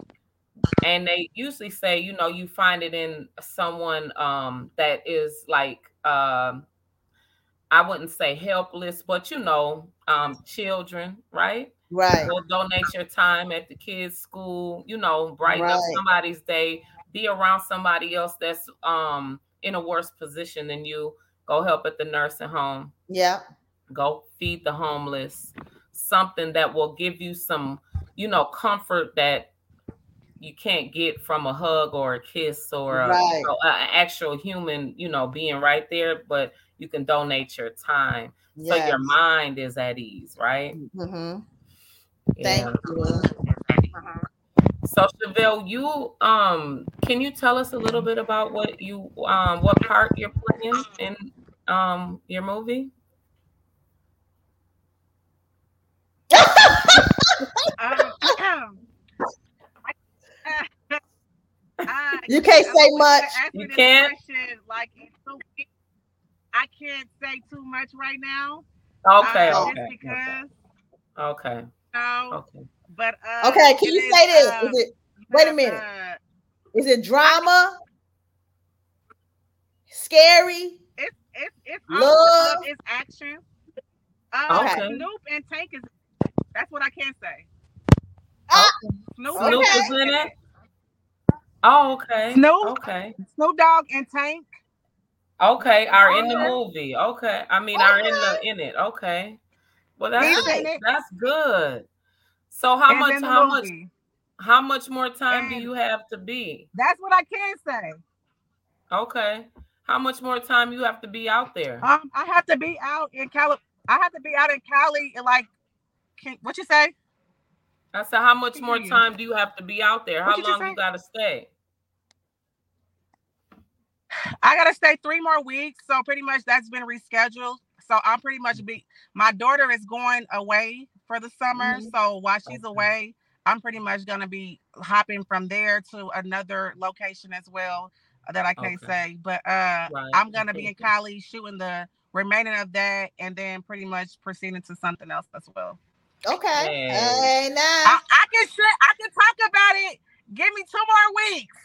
Speaker 2: and they usually say you know you find it in someone um that is like um i wouldn't say helpless but you know um children right
Speaker 1: Right,
Speaker 2: go donate your time at the kids school you know brighten up
Speaker 1: Right.
Speaker 2: somebody's day be around somebody else that's um in a worse position than you go help at the nursing home
Speaker 1: yeah,
Speaker 2: go feed the homeless something that will give you some you know comfort that you can't get from a hug or a kiss or a,
Speaker 1: Right.
Speaker 2: an actual human you know being right there but you can donate your time so
Speaker 1: yeah.
Speaker 2: your mind is at ease right
Speaker 1: mhm. Thank you.
Speaker 2: so chevelle you um can you tell us a little bit about what you um what part you're playing in um your movie
Speaker 3: Um, I-
Speaker 1: You can't
Speaker 3: I
Speaker 1: say
Speaker 3: wish
Speaker 1: much.
Speaker 3: I asked
Speaker 2: You
Speaker 3: this
Speaker 2: can't?
Speaker 3: question, Like, in two weeks. I can't say too much right now.
Speaker 2: okay
Speaker 3: uh,
Speaker 2: okay
Speaker 3: Just because,
Speaker 2: okay
Speaker 3: no,
Speaker 2: okay
Speaker 3: but uh,
Speaker 1: Okay, can
Speaker 3: it
Speaker 1: you
Speaker 3: is,
Speaker 1: say this?
Speaker 3: um,
Speaker 1: Is it wait a
Speaker 3: has,
Speaker 1: minute.
Speaker 3: uh,
Speaker 1: is it drama? Scary?
Speaker 3: it's it's it's
Speaker 1: Love.
Speaker 3: love. It's action. Uh,
Speaker 1: Okay.
Speaker 3: Snoop and Tank is. That's what I can say.
Speaker 1: Ah.
Speaker 3: Snoop,
Speaker 2: Snoop
Speaker 1: Okay.
Speaker 2: is in it. Oh, okay.
Speaker 3: Snoop.
Speaker 2: Okay.
Speaker 3: Snoop Dogg and Tank.
Speaker 2: Okay. Are in the
Speaker 3: Okay.
Speaker 2: movie. Okay. I mean, are in the in it. Okay. Well, that's
Speaker 3: He's in it.
Speaker 2: that's good. So how
Speaker 3: is
Speaker 2: much?
Speaker 3: in the
Speaker 2: How much?
Speaker 3: movie.
Speaker 2: How much more time do
Speaker 3: And-
Speaker 2: you have to be?
Speaker 3: That's what I can say.
Speaker 2: Okay. How much more time you have to be out there?
Speaker 3: Um, I have to be out in Cali. I have to be out in Cali. in, Like, can, what you say?
Speaker 2: I said, how much more
Speaker 3: Period.
Speaker 2: time do you have to be out there?
Speaker 3: What
Speaker 2: How
Speaker 3: did you
Speaker 2: long
Speaker 3: say?
Speaker 2: you gotta stay?
Speaker 3: I gotta stay three more weeks, so pretty much that's been rescheduled. So I'm pretty much be. My daughter is going away for the summer,
Speaker 1: Mhm.
Speaker 3: so while she's
Speaker 2: Mm-hmm. Okay.
Speaker 3: away, I'm pretty much gonna be hopping from there to another location as well that I can't
Speaker 2: Okay.
Speaker 3: say. But uh,
Speaker 2: Right.
Speaker 3: I'm gonna be in Cali shooting the remaining of that, and then pretty much proceeding to something else as well.
Speaker 1: Okay.
Speaker 2: Hey.
Speaker 1: Hey,
Speaker 3: I,
Speaker 1: now.
Speaker 3: I can sit, I can talk about it. Give me two more weeks.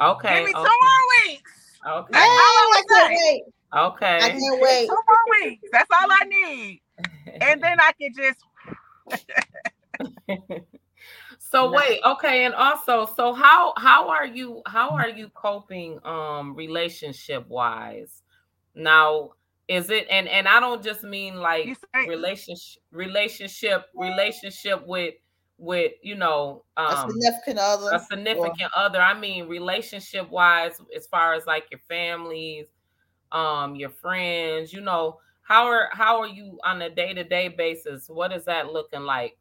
Speaker 2: Okay.
Speaker 3: Give me two
Speaker 2: Okay.
Speaker 3: more weeks.
Speaker 1: Hey,
Speaker 2: Okay.
Speaker 1: I
Speaker 3: I
Speaker 1: can't
Speaker 3: like
Speaker 1: wait. I
Speaker 2: Okay.
Speaker 1: can't wait.
Speaker 3: Two more weeks. That's all I need. And then I can just
Speaker 2: so
Speaker 3: No.
Speaker 2: wait okay and also so how how are you how are you coping um relationship wise now is it and and i don't just mean like
Speaker 3: you say
Speaker 2: relationship relationship relationship with with you know
Speaker 1: a
Speaker 2: um,
Speaker 1: significant other.
Speaker 2: a significant other i mean relationship wise as far as like your families um your friends you know how are how are you on a day-to-day basis what is that looking like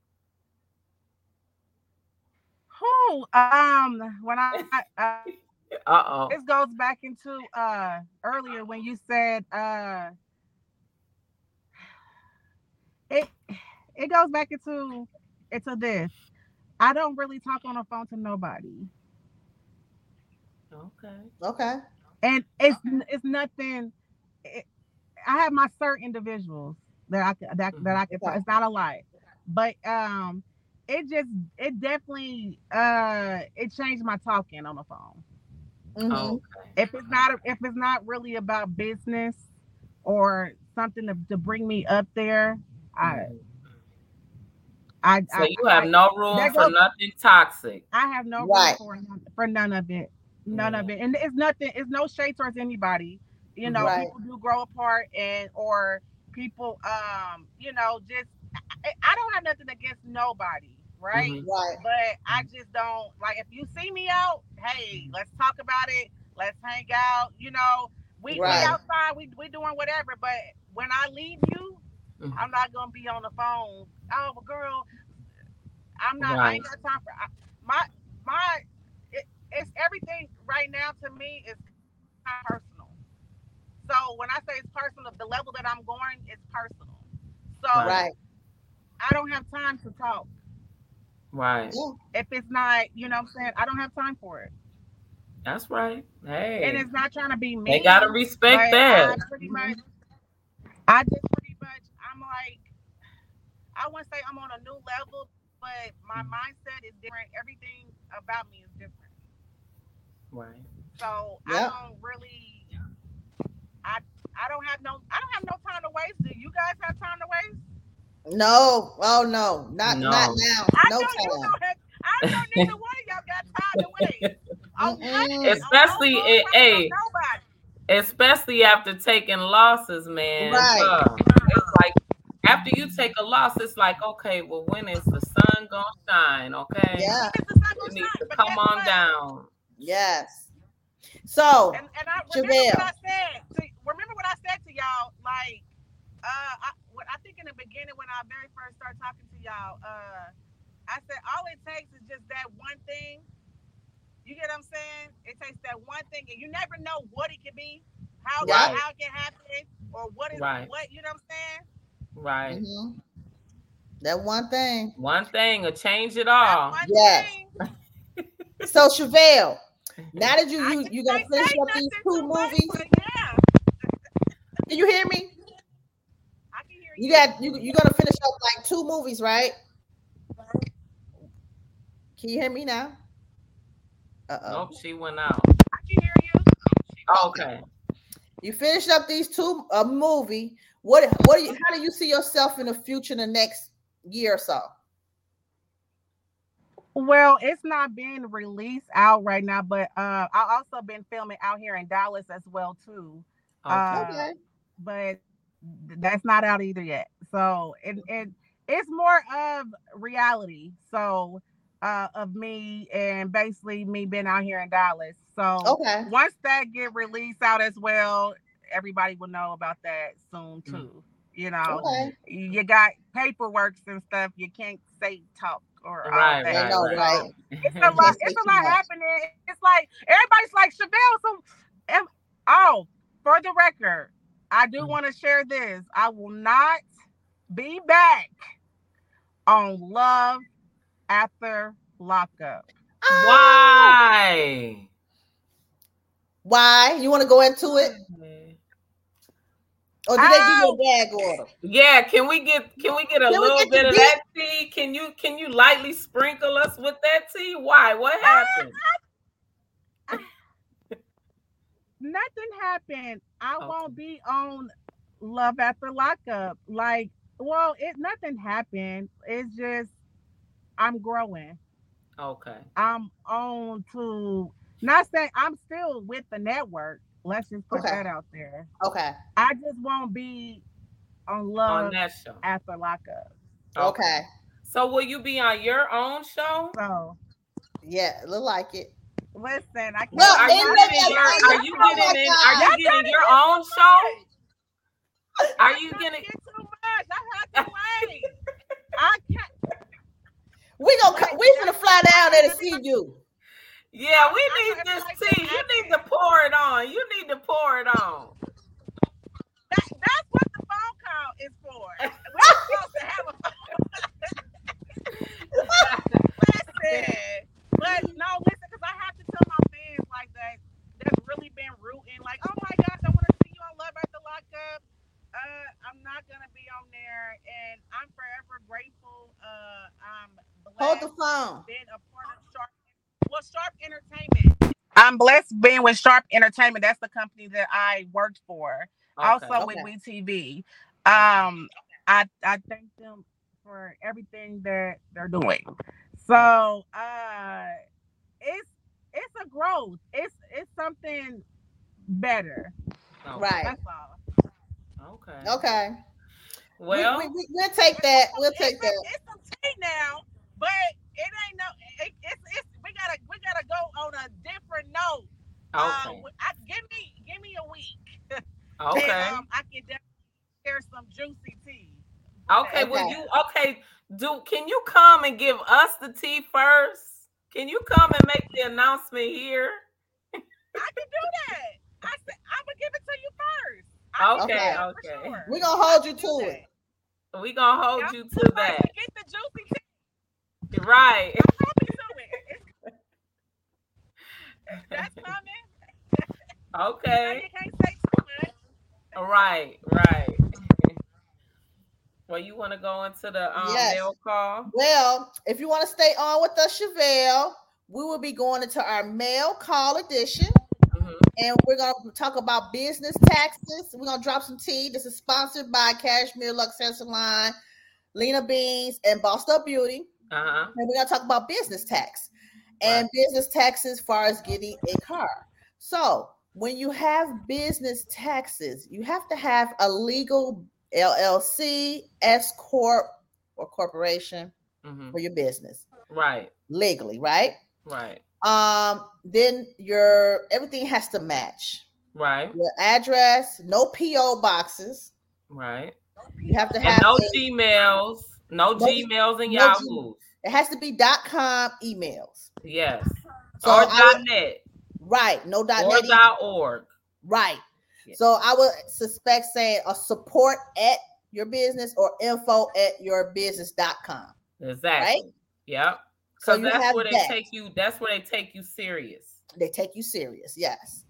Speaker 3: Who? Um, when I, I
Speaker 2: uh-oh
Speaker 3: this goes back into uh earlier when you said uh it it goes back into into this. I don't really talk on the phone to nobody.
Speaker 2: okay
Speaker 1: okay.
Speaker 3: and it's it's nothing. It, I have my certain individuals that I could- that
Speaker 2: Mm-hmm.
Speaker 3: that I can.
Speaker 1: Mhm.
Speaker 3: It's not a lot, but um, it just it definitely uh it changed my talking on the phone.
Speaker 1: Mhm.
Speaker 2: okay
Speaker 3: Mm-hmm. If it's not if it's not really about business or something to, to bring me up there, I I
Speaker 2: Mm-hmm. so
Speaker 3: I,
Speaker 2: you have no room
Speaker 3: That
Speaker 2: for
Speaker 3: goes-
Speaker 2: nothing toxic
Speaker 3: I have no room
Speaker 1: Right. Mm-hmm.
Speaker 3: for none, for none of it. None of it. And it's nothing, it's no shade towards anybody. You know,
Speaker 1: Right.
Speaker 3: people do grow apart and or people um, you know, just I, I don't have nothing against nobody, right?
Speaker 2: Mhm.
Speaker 1: Right.
Speaker 3: But I just don't like if you see me out, hey, let's talk about it. Let's hang out, you know. We,
Speaker 1: Right.
Speaker 3: we outside, we we doing whatever, but when I leave you,
Speaker 1: Mm-hmm.
Speaker 2: Mhm.
Speaker 3: I'm not gonna be on the phone. Oh well, girl, I'm not I ain't got time for I, my my it, it's everything right now to me is kinda personal. So when I say it's personal, the level that I'm going is personal. So
Speaker 1: Right.
Speaker 3: I don't have time to talk
Speaker 2: Mm-hmm. right
Speaker 1: Yeah.
Speaker 3: if it's not, you know what I'm saying? I don't have time for it.
Speaker 2: that's right hey
Speaker 3: And it's not trying to be mean.
Speaker 2: they gotta
Speaker 3: but
Speaker 2: respect that
Speaker 3: I pretty much, I just pretty much, I'm like, I wouldn't say I'm on a new level, but my
Speaker 2: Mm.
Speaker 3: mindset is different. Everything about me is different.
Speaker 2: right
Speaker 3: So
Speaker 1: Yeah.
Speaker 3: I don't really, I I don't have no, I don't have no time to waste. Do you guys have time to waste?
Speaker 1: No. Oh no. Not
Speaker 2: No.
Speaker 1: not now.
Speaker 3: I
Speaker 1: no
Speaker 3: know you
Speaker 1: time.
Speaker 3: don't have, I know neither one of y'all got time to waste. On nothing, on
Speaker 2: Especially eh,
Speaker 3: no
Speaker 2: in-
Speaker 3: phone, on
Speaker 2: hey,
Speaker 3: nobody.
Speaker 2: especially after taking losses, man.
Speaker 1: Right.
Speaker 2: Look, it's like after you take a loss, it's like, okay, well, when is the sun gonna shine? Okay,
Speaker 1: Yeah.
Speaker 3: It's the sun
Speaker 2: it
Speaker 3: gonna
Speaker 2: needs
Speaker 3: shine,
Speaker 2: to
Speaker 3: but
Speaker 2: come
Speaker 3: guess
Speaker 2: on
Speaker 3: what?
Speaker 2: down.
Speaker 1: Yes. So
Speaker 3: And, and I remember
Speaker 1: Javale.
Speaker 3: what I said. To, remember what I said to y'all. Like, uh, I, what I think in the beginning when I very first started talking to y'all, uh, I said all it takes is just that one thing. You get what I'm saying? It takes that one thing, and you never know what it could be, how
Speaker 1: Right.
Speaker 3: how it can happen, or what is
Speaker 2: Right.
Speaker 3: what. You know what I'm
Speaker 2: Right.
Speaker 3: saying?
Speaker 1: mhm. that one thing.
Speaker 2: One thing, a change it
Speaker 3: That
Speaker 2: all.
Speaker 3: one
Speaker 1: Yes.
Speaker 3: thing.
Speaker 1: So Chevelle, now that you
Speaker 3: I
Speaker 1: you
Speaker 3: just
Speaker 1: you gonna
Speaker 3: can't
Speaker 1: finish
Speaker 3: say
Speaker 1: up these
Speaker 3: nothing
Speaker 1: two
Speaker 3: too much,
Speaker 1: movies?
Speaker 3: but yeah,
Speaker 1: Can you hear me?
Speaker 3: I can hear you.
Speaker 1: You got you you gonna finish up like two movies, right? Can you hear me now? Uh oh.
Speaker 2: Nope, she went out.
Speaker 3: I can hear you.
Speaker 2: okay.
Speaker 1: You finished up these two a movie. What what do you how do you see yourself in the future in the next year or so?
Speaker 3: Well, it's not being released out right now, but uh, I also been filming out here in Dallas as well too.
Speaker 2: Okay.
Speaker 3: Uh, But th- that's not out either yet. So it it it's more of reality. So uh, of me and basically me being out here in Dallas. So
Speaker 1: Okay.
Speaker 3: once that get released out as well, everybody will know about that
Speaker 2: Mm.
Speaker 3: soon too. You know,
Speaker 1: Okay.
Speaker 3: you got paperworks and stuff. You can't say talk or all
Speaker 2: Right,
Speaker 3: that.
Speaker 1: I know,
Speaker 2: right.
Speaker 1: right?
Speaker 3: It's a
Speaker 1: That's
Speaker 3: lot.
Speaker 1: way
Speaker 3: It's
Speaker 1: too
Speaker 3: a lot
Speaker 1: much.
Speaker 3: happening. It's like everybody's like Chevelle. So, am- oh, for the record, I do
Speaker 2: Mhm.
Speaker 3: want to share this. I will not be back on Love After Lockup.
Speaker 1: Ah!
Speaker 2: Why?
Speaker 1: Why? You want to go into it? Or do they give
Speaker 3: Oh.
Speaker 1: you a gag order?
Speaker 2: Yeah, can we get can we get a
Speaker 1: Can we
Speaker 2: little
Speaker 1: get
Speaker 2: bit
Speaker 1: the
Speaker 2: of
Speaker 1: deep-
Speaker 2: that tea? Can you can you lightly sprinkle us with that tea? Why? What happened?
Speaker 3: Nothing happened. I
Speaker 2: Okay.
Speaker 3: won't be on Love After Lockup. Like, well, it nothing happened. It's just I'm growing.
Speaker 2: Okay.
Speaker 3: I'm on to not saying I'm still with the network. Let's just put
Speaker 1: Okay.
Speaker 3: that out there.
Speaker 1: Okay.
Speaker 3: I just won't be on love
Speaker 2: on that show.
Speaker 3: after lockup.
Speaker 1: Okay.
Speaker 2: So will you be on your own show?
Speaker 3: So
Speaker 1: Yeah, look like it.
Speaker 3: listen, I can't.
Speaker 1: Well,
Speaker 2: Are
Speaker 1: they
Speaker 2: you
Speaker 1: look
Speaker 2: getting
Speaker 1: at
Speaker 2: your,
Speaker 1: my-
Speaker 2: are you
Speaker 1: oh my
Speaker 2: getting in,
Speaker 1: God.
Speaker 2: are you getting your own show? Are you
Speaker 3: gonna
Speaker 2: getting
Speaker 3: get too much? I have to wait. I can't.
Speaker 1: We gonna co- we gonna fly down there to see you.
Speaker 2: Yeah, we
Speaker 3: I- I
Speaker 2: need
Speaker 3: feel
Speaker 2: this
Speaker 3: like
Speaker 2: tea.
Speaker 3: they
Speaker 2: You need
Speaker 3: acting.
Speaker 2: to pour it on. You need to pour it on.
Speaker 3: That, that's what the phone call is for. We're supposed to have a listen. But no, listen, because I have to tell my fans like that that's really been rooting, like, oh my gosh, I want to see you on Love After Lockup. Uh, I'm not gonna be on there, and I'm forever grateful. Uh, I'm
Speaker 1: Hold the
Speaker 3: blessed
Speaker 1: phone.
Speaker 3: been a part of Sharp. Well, Sharp Entertainment. I'm blessed being with Sharp Entertainment. That's the company that I worked for also with
Speaker 1: Okay.
Speaker 3: WeTV. Um, I I thank them for everything that they're doing. So uh, it's it's a growth. It's it's something better.
Speaker 2: Okay.
Speaker 1: Oh, Right.
Speaker 3: That's all.
Speaker 2: Okay.
Speaker 1: Okay. We-
Speaker 2: Well,
Speaker 1: we, we, will take that. We'll take
Speaker 3: it's
Speaker 1: that.
Speaker 3: A, it's some tea now, but it ain't no. It, it's it's we gotta we gotta go on a different note. Uh,
Speaker 2: okay.
Speaker 3: w- I, give me give me a week.
Speaker 2: Okay.
Speaker 3: And, um, I can definitely share some juicy tea.
Speaker 2: Okay. Well,
Speaker 1: Okay.
Speaker 2: you okay? Do can you come and give us the tea first? Can you come and make the announcement here?
Speaker 3: I can do that. I said I'm gonna give it to you first.
Speaker 2: Okay,
Speaker 3: I can do that
Speaker 2: okay.
Speaker 3: for sure.
Speaker 1: We're gonna hold you
Speaker 3: I can do
Speaker 1: to it.
Speaker 2: We gonna hold
Speaker 3: Y'all
Speaker 2: you to
Speaker 3: first
Speaker 2: that,
Speaker 3: Get the juicy tea.
Speaker 2: right?
Speaker 3: Hold me to it. That's coming. Now
Speaker 2: Okay.
Speaker 3: You can't say too much.
Speaker 2: Right. Right. Well, you want to go into the um,
Speaker 1: Yes.
Speaker 2: mail call?
Speaker 1: Well, if you want to stay on with us, Chevelle, we will be going into our mail call edition.
Speaker 2: Mhm.
Speaker 1: and we're gonna talk about business taxes. We're gonna drop some tea. This is sponsored by Cashmere Lux Hair Salon, Lena Beans, and Bossed Up Beauty.
Speaker 2: Uh-huh.
Speaker 1: And we're gonna talk about business tax and business taxes as far as getting a car. So when you have business taxes, you have to have a legal LLC, S corp, or corporation
Speaker 2: Mhm.
Speaker 1: for your business
Speaker 2: Right.
Speaker 1: legally, right?
Speaker 2: Right.
Speaker 1: Um, then your everything has to match
Speaker 2: Right.
Speaker 1: your address, no PO boxes.
Speaker 2: Right.
Speaker 1: You have to have
Speaker 2: And no
Speaker 1: a-
Speaker 2: Gmails, no
Speaker 1: No-
Speaker 2: Gmails and
Speaker 1: no
Speaker 2: Yahoo's.
Speaker 1: it has to be dot com emails.
Speaker 2: Yes.
Speaker 1: So
Speaker 2: or
Speaker 1: I
Speaker 2: dot net
Speaker 1: would- right, no dot
Speaker 2: or
Speaker 1: net e either.
Speaker 2: dot org.
Speaker 1: right.
Speaker 2: Yeah.
Speaker 1: So I would suspect saying a support at your business or info at your business.com.
Speaker 2: Exactly. Yep.
Speaker 1: So
Speaker 2: Because
Speaker 1: you
Speaker 2: that's
Speaker 1: have
Speaker 2: where they
Speaker 1: that.
Speaker 2: take you. That's where they take you serious.
Speaker 1: They take you serious, yes.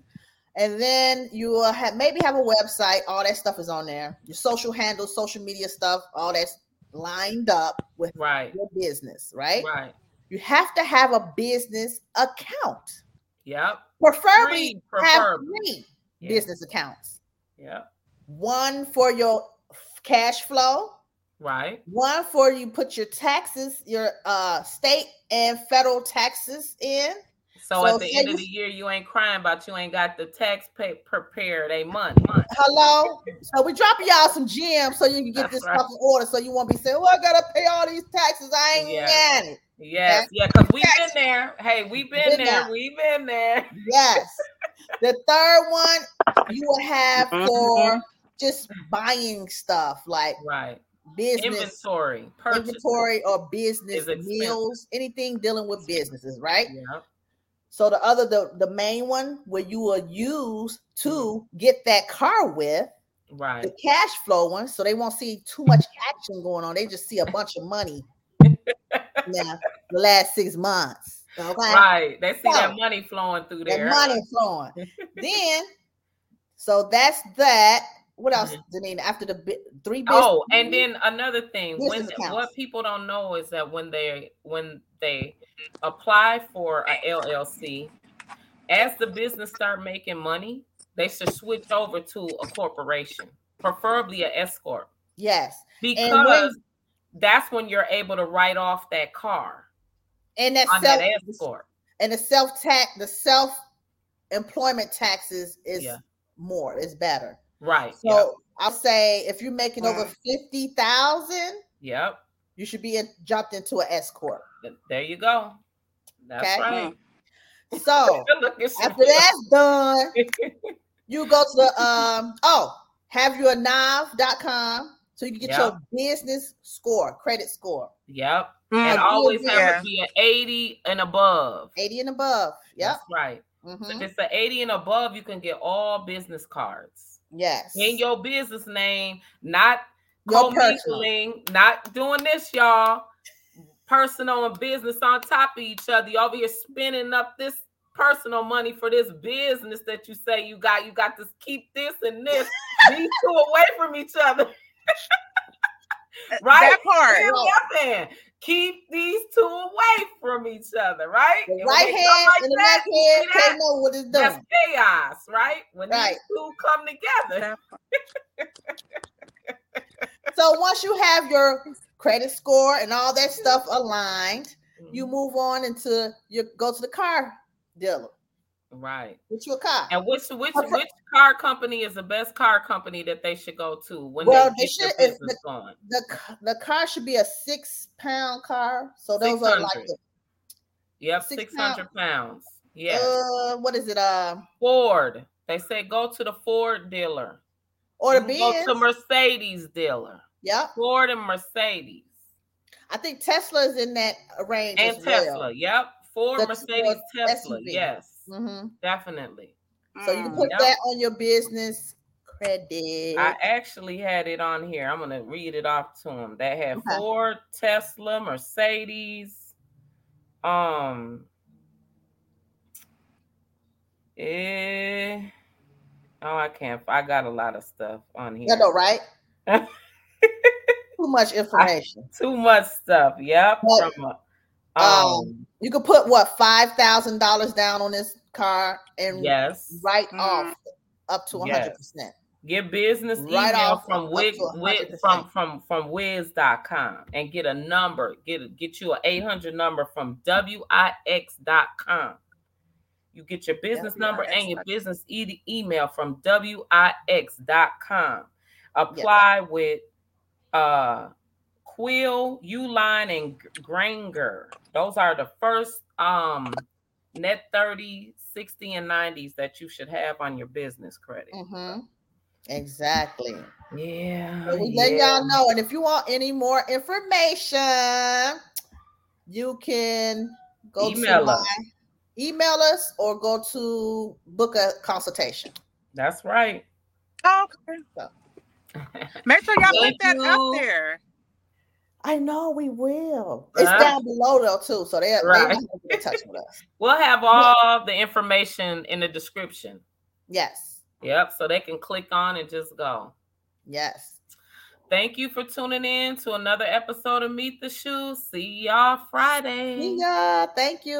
Speaker 1: And then you will have maybe have a website. All that stuff is on there. Your social handles, social media stuff, all that's lined up with
Speaker 2: Right.
Speaker 1: your business, right?
Speaker 2: Right.
Speaker 1: You have to have a business account.
Speaker 2: Yep.
Speaker 1: preferably
Speaker 2: Three,
Speaker 1: have
Speaker 2: preferably.
Speaker 1: three
Speaker 2: Yeah.
Speaker 1: business accounts
Speaker 2: Yep.
Speaker 1: one for your f- cash flow
Speaker 2: Right.
Speaker 1: one for you put your taxes your uh state and federal taxes in
Speaker 2: So,
Speaker 1: So
Speaker 2: at the
Speaker 1: say
Speaker 2: end
Speaker 1: you-
Speaker 2: of the year, you ain't crying about you ain't got the tax pay prepared a month.
Speaker 1: hello so we dropping y'all some gems so you can get
Speaker 2: That's
Speaker 1: this
Speaker 2: right.
Speaker 1: stuff in order so you won't be saying well i gotta pay all these taxes i ain't
Speaker 2: Yeah.
Speaker 1: got it
Speaker 2: Yes, yeah, because we've been there. Hey, we've been
Speaker 1: Been
Speaker 2: there.
Speaker 1: there.
Speaker 2: We've been there.
Speaker 1: yes the third one you will have
Speaker 2: Mm-hmm.
Speaker 1: for just buying stuff like
Speaker 2: Right.
Speaker 1: business
Speaker 2: Inventory. Purchase.
Speaker 1: inventory or business
Speaker 2: is expensive.
Speaker 1: meals, anything dealing with businesses, right?
Speaker 2: Yep.
Speaker 1: So the other the, the main one where you will use to get that car with
Speaker 2: Mm-hmm. Right.
Speaker 1: the cash flow one, so they won't see too much action going on. They just see a bunch of money now the last six months. Okay.
Speaker 2: Right. They see that
Speaker 1: So,
Speaker 2: money flowing through
Speaker 1: The
Speaker 2: there.
Speaker 1: money flowing. then so that's that. What else,
Speaker 2: Mhm.
Speaker 1: Janine? After the bi- three business
Speaker 2: Oh, and then another thing, when
Speaker 1: Business accounts.
Speaker 2: what people don't know is that when they when they apply for a LLC, as the business start making money, they should switch over to a corporation, preferably an escort,
Speaker 1: yes,
Speaker 2: because that's when you're able to write off that car
Speaker 1: and that
Speaker 2: on
Speaker 1: self
Speaker 2: that escort.
Speaker 1: and the self tax the self employment taxes is
Speaker 2: Yeah.
Speaker 1: more is better
Speaker 2: Right.
Speaker 1: so i'll say if you're making over 50000
Speaker 2: yep. Yep.
Speaker 1: You should be in, dropped into an escort.
Speaker 2: There you go. That's
Speaker 1: Okay.
Speaker 2: right.
Speaker 1: So
Speaker 2: Look at
Speaker 1: after that's done, you go to the um oh have your knife.com so you can get
Speaker 2: Yeah.
Speaker 1: your business score, credit score.
Speaker 2: yep.
Speaker 1: Like
Speaker 2: And
Speaker 1: you
Speaker 2: always have
Speaker 4: yeah.
Speaker 2: to be an 80 and above.
Speaker 1: 80 and above. Yep.
Speaker 2: That's right.
Speaker 1: Mhm.
Speaker 2: If it's an 80 and above, you can get all business cards
Speaker 1: Yes.
Speaker 2: in your business name, not
Speaker 1: Your personal.
Speaker 2: co-mingling, not doing this, y'all. Personal and business on top of each other. You over here spending up this personal money for this business that you say you got. You got to keep this and this. These two away from each other. right?
Speaker 4: That part.
Speaker 2: Keep them in. Keep these two away from each other, right?
Speaker 1: The
Speaker 2: And when
Speaker 1: right
Speaker 2: they go
Speaker 1: hand
Speaker 2: like
Speaker 1: and the
Speaker 2: that,
Speaker 1: left hand
Speaker 2: see that?
Speaker 1: can't know what it's doing.
Speaker 2: That's chaos, right? When
Speaker 1: Right.
Speaker 2: these two come together.
Speaker 1: So once you have your credit score and all that stuff aligned, Mm-hmm. you move on into you go to the car dealer.
Speaker 2: right.
Speaker 1: Get you a car.
Speaker 2: And which which
Speaker 1: Okay.
Speaker 2: which car company is the best car company that they should go to when
Speaker 1: Well, they
Speaker 2: they get their
Speaker 1: should- if-
Speaker 2: business going?
Speaker 1: the c- the car should be a six pound car. So those are like
Speaker 2: 600. Yep,
Speaker 1: Six
Speaker 2: six hundred pounds. Yes,
Speaker 1: uh, what is it? Um,
Speaker 2: Ford. They say go to the Ford dealer.
Speaker 1: or the
Speaker 2: You can go
Speaker 1: Benz.
Speaker 2: to Mercedes dealer.
Speaker 1: yep.
Speaker 2: Ford and Mercedes
Speaker 1: I think Tesla is in that range
Speaker 2: and
Speaker 1: as
Speaker 2: Tesla.
Speaker 1: well.
Speaker 2: Yep, Ford,
Speaker 1: The two
Speaker 2: Mercedes,
Speaker 1: Ford
Speaker 2: Tesla.
Speaker 1: SUV.
Speaker 2: Yes,
Speaker 1: Mhm.
Speaker 2: definitely.
Speaker 1: So you can
Speaker 4: Mm.
Speaker 1: put
Speaker 2: Yep.
Speaker 1: that on your business credit.
Speaker 2: I actually had it on here. I'm gonna read it off to them. They had
Speaker 1: Okay.
Speaker 2: Ford, Tesla, Mercedes. Um, eh, oh, I can't. I got a lot of stuff on here.
Speaker 1: you know, right? Too much information.
Speaker 2: Too much stuff. Yep.
Speaker 1: But,
Speaker 2: from a-
Speaker 1: um,
Speaker 2: um,
Speaker 1: You could put what five thousand dollars down on this car and
Speaker 2: yes.
Speaker 1: write
Speaker 4: Mhm.
Speaker 1: off up to one hundred percent.
Speaker 2: Get business
Speaker 1: Right
Speaker 2: email
Speaker 1: off
Speaker 2: from
Speaker 1: up
Speaker 2: Wiz,
Speaker 1: to a
Speaker 2: Wiz
Speaker 1: hundred
Speaker 2: from
Speaker 1: percent.
Speaker 2: from from Wiz.com and get a number. Get a, get you an 800 number from Wix.com. You get your business number and your
Speaker 4: Wix.
Speaker 2: business e- email from Wix.com. Apply with uh Quill, Uline, and Gr- Granger. Those are the first um net 30, 60, and 90s that you should have on your business credit.
Speaker 1: Mm-hmm. Exactly.
Speaker 2: Yeah.
Speaker 1: So we let
Speaker 2: yeah.
Speaker 1: y'all know. And if you want any more information, you can go
Speaker 2: Email
Speaker 1: to my-
Speaker 2: us.
Speaker 1: email us or go to book a consultation.
Speaker 2: That's right.
Speaker 4: Oh, okay.
Speaker 3: Mm. Make sure y'all
Speaker 4: Thank
Speaker 3: put that
Speaker 4: you.
Speaker 3: up there.
Speaker 1: I know we will. It's
Speaker 2: Right.
Speaker 1: down below though too, so they are
Speaker 2: Right.
Speaker 1: they know how to get in touch with us.
Speaker 2: We'll have all the information in the description.
Speaker 1: Yes,
Speaker 2: Yep. So they can click on and just go.
Speaker 1: yes.
Speaker 2: Thank you for tuning in to another episode of Meet the Shoes. See y'all Friday.
Speaker 1: Yeah, thank you.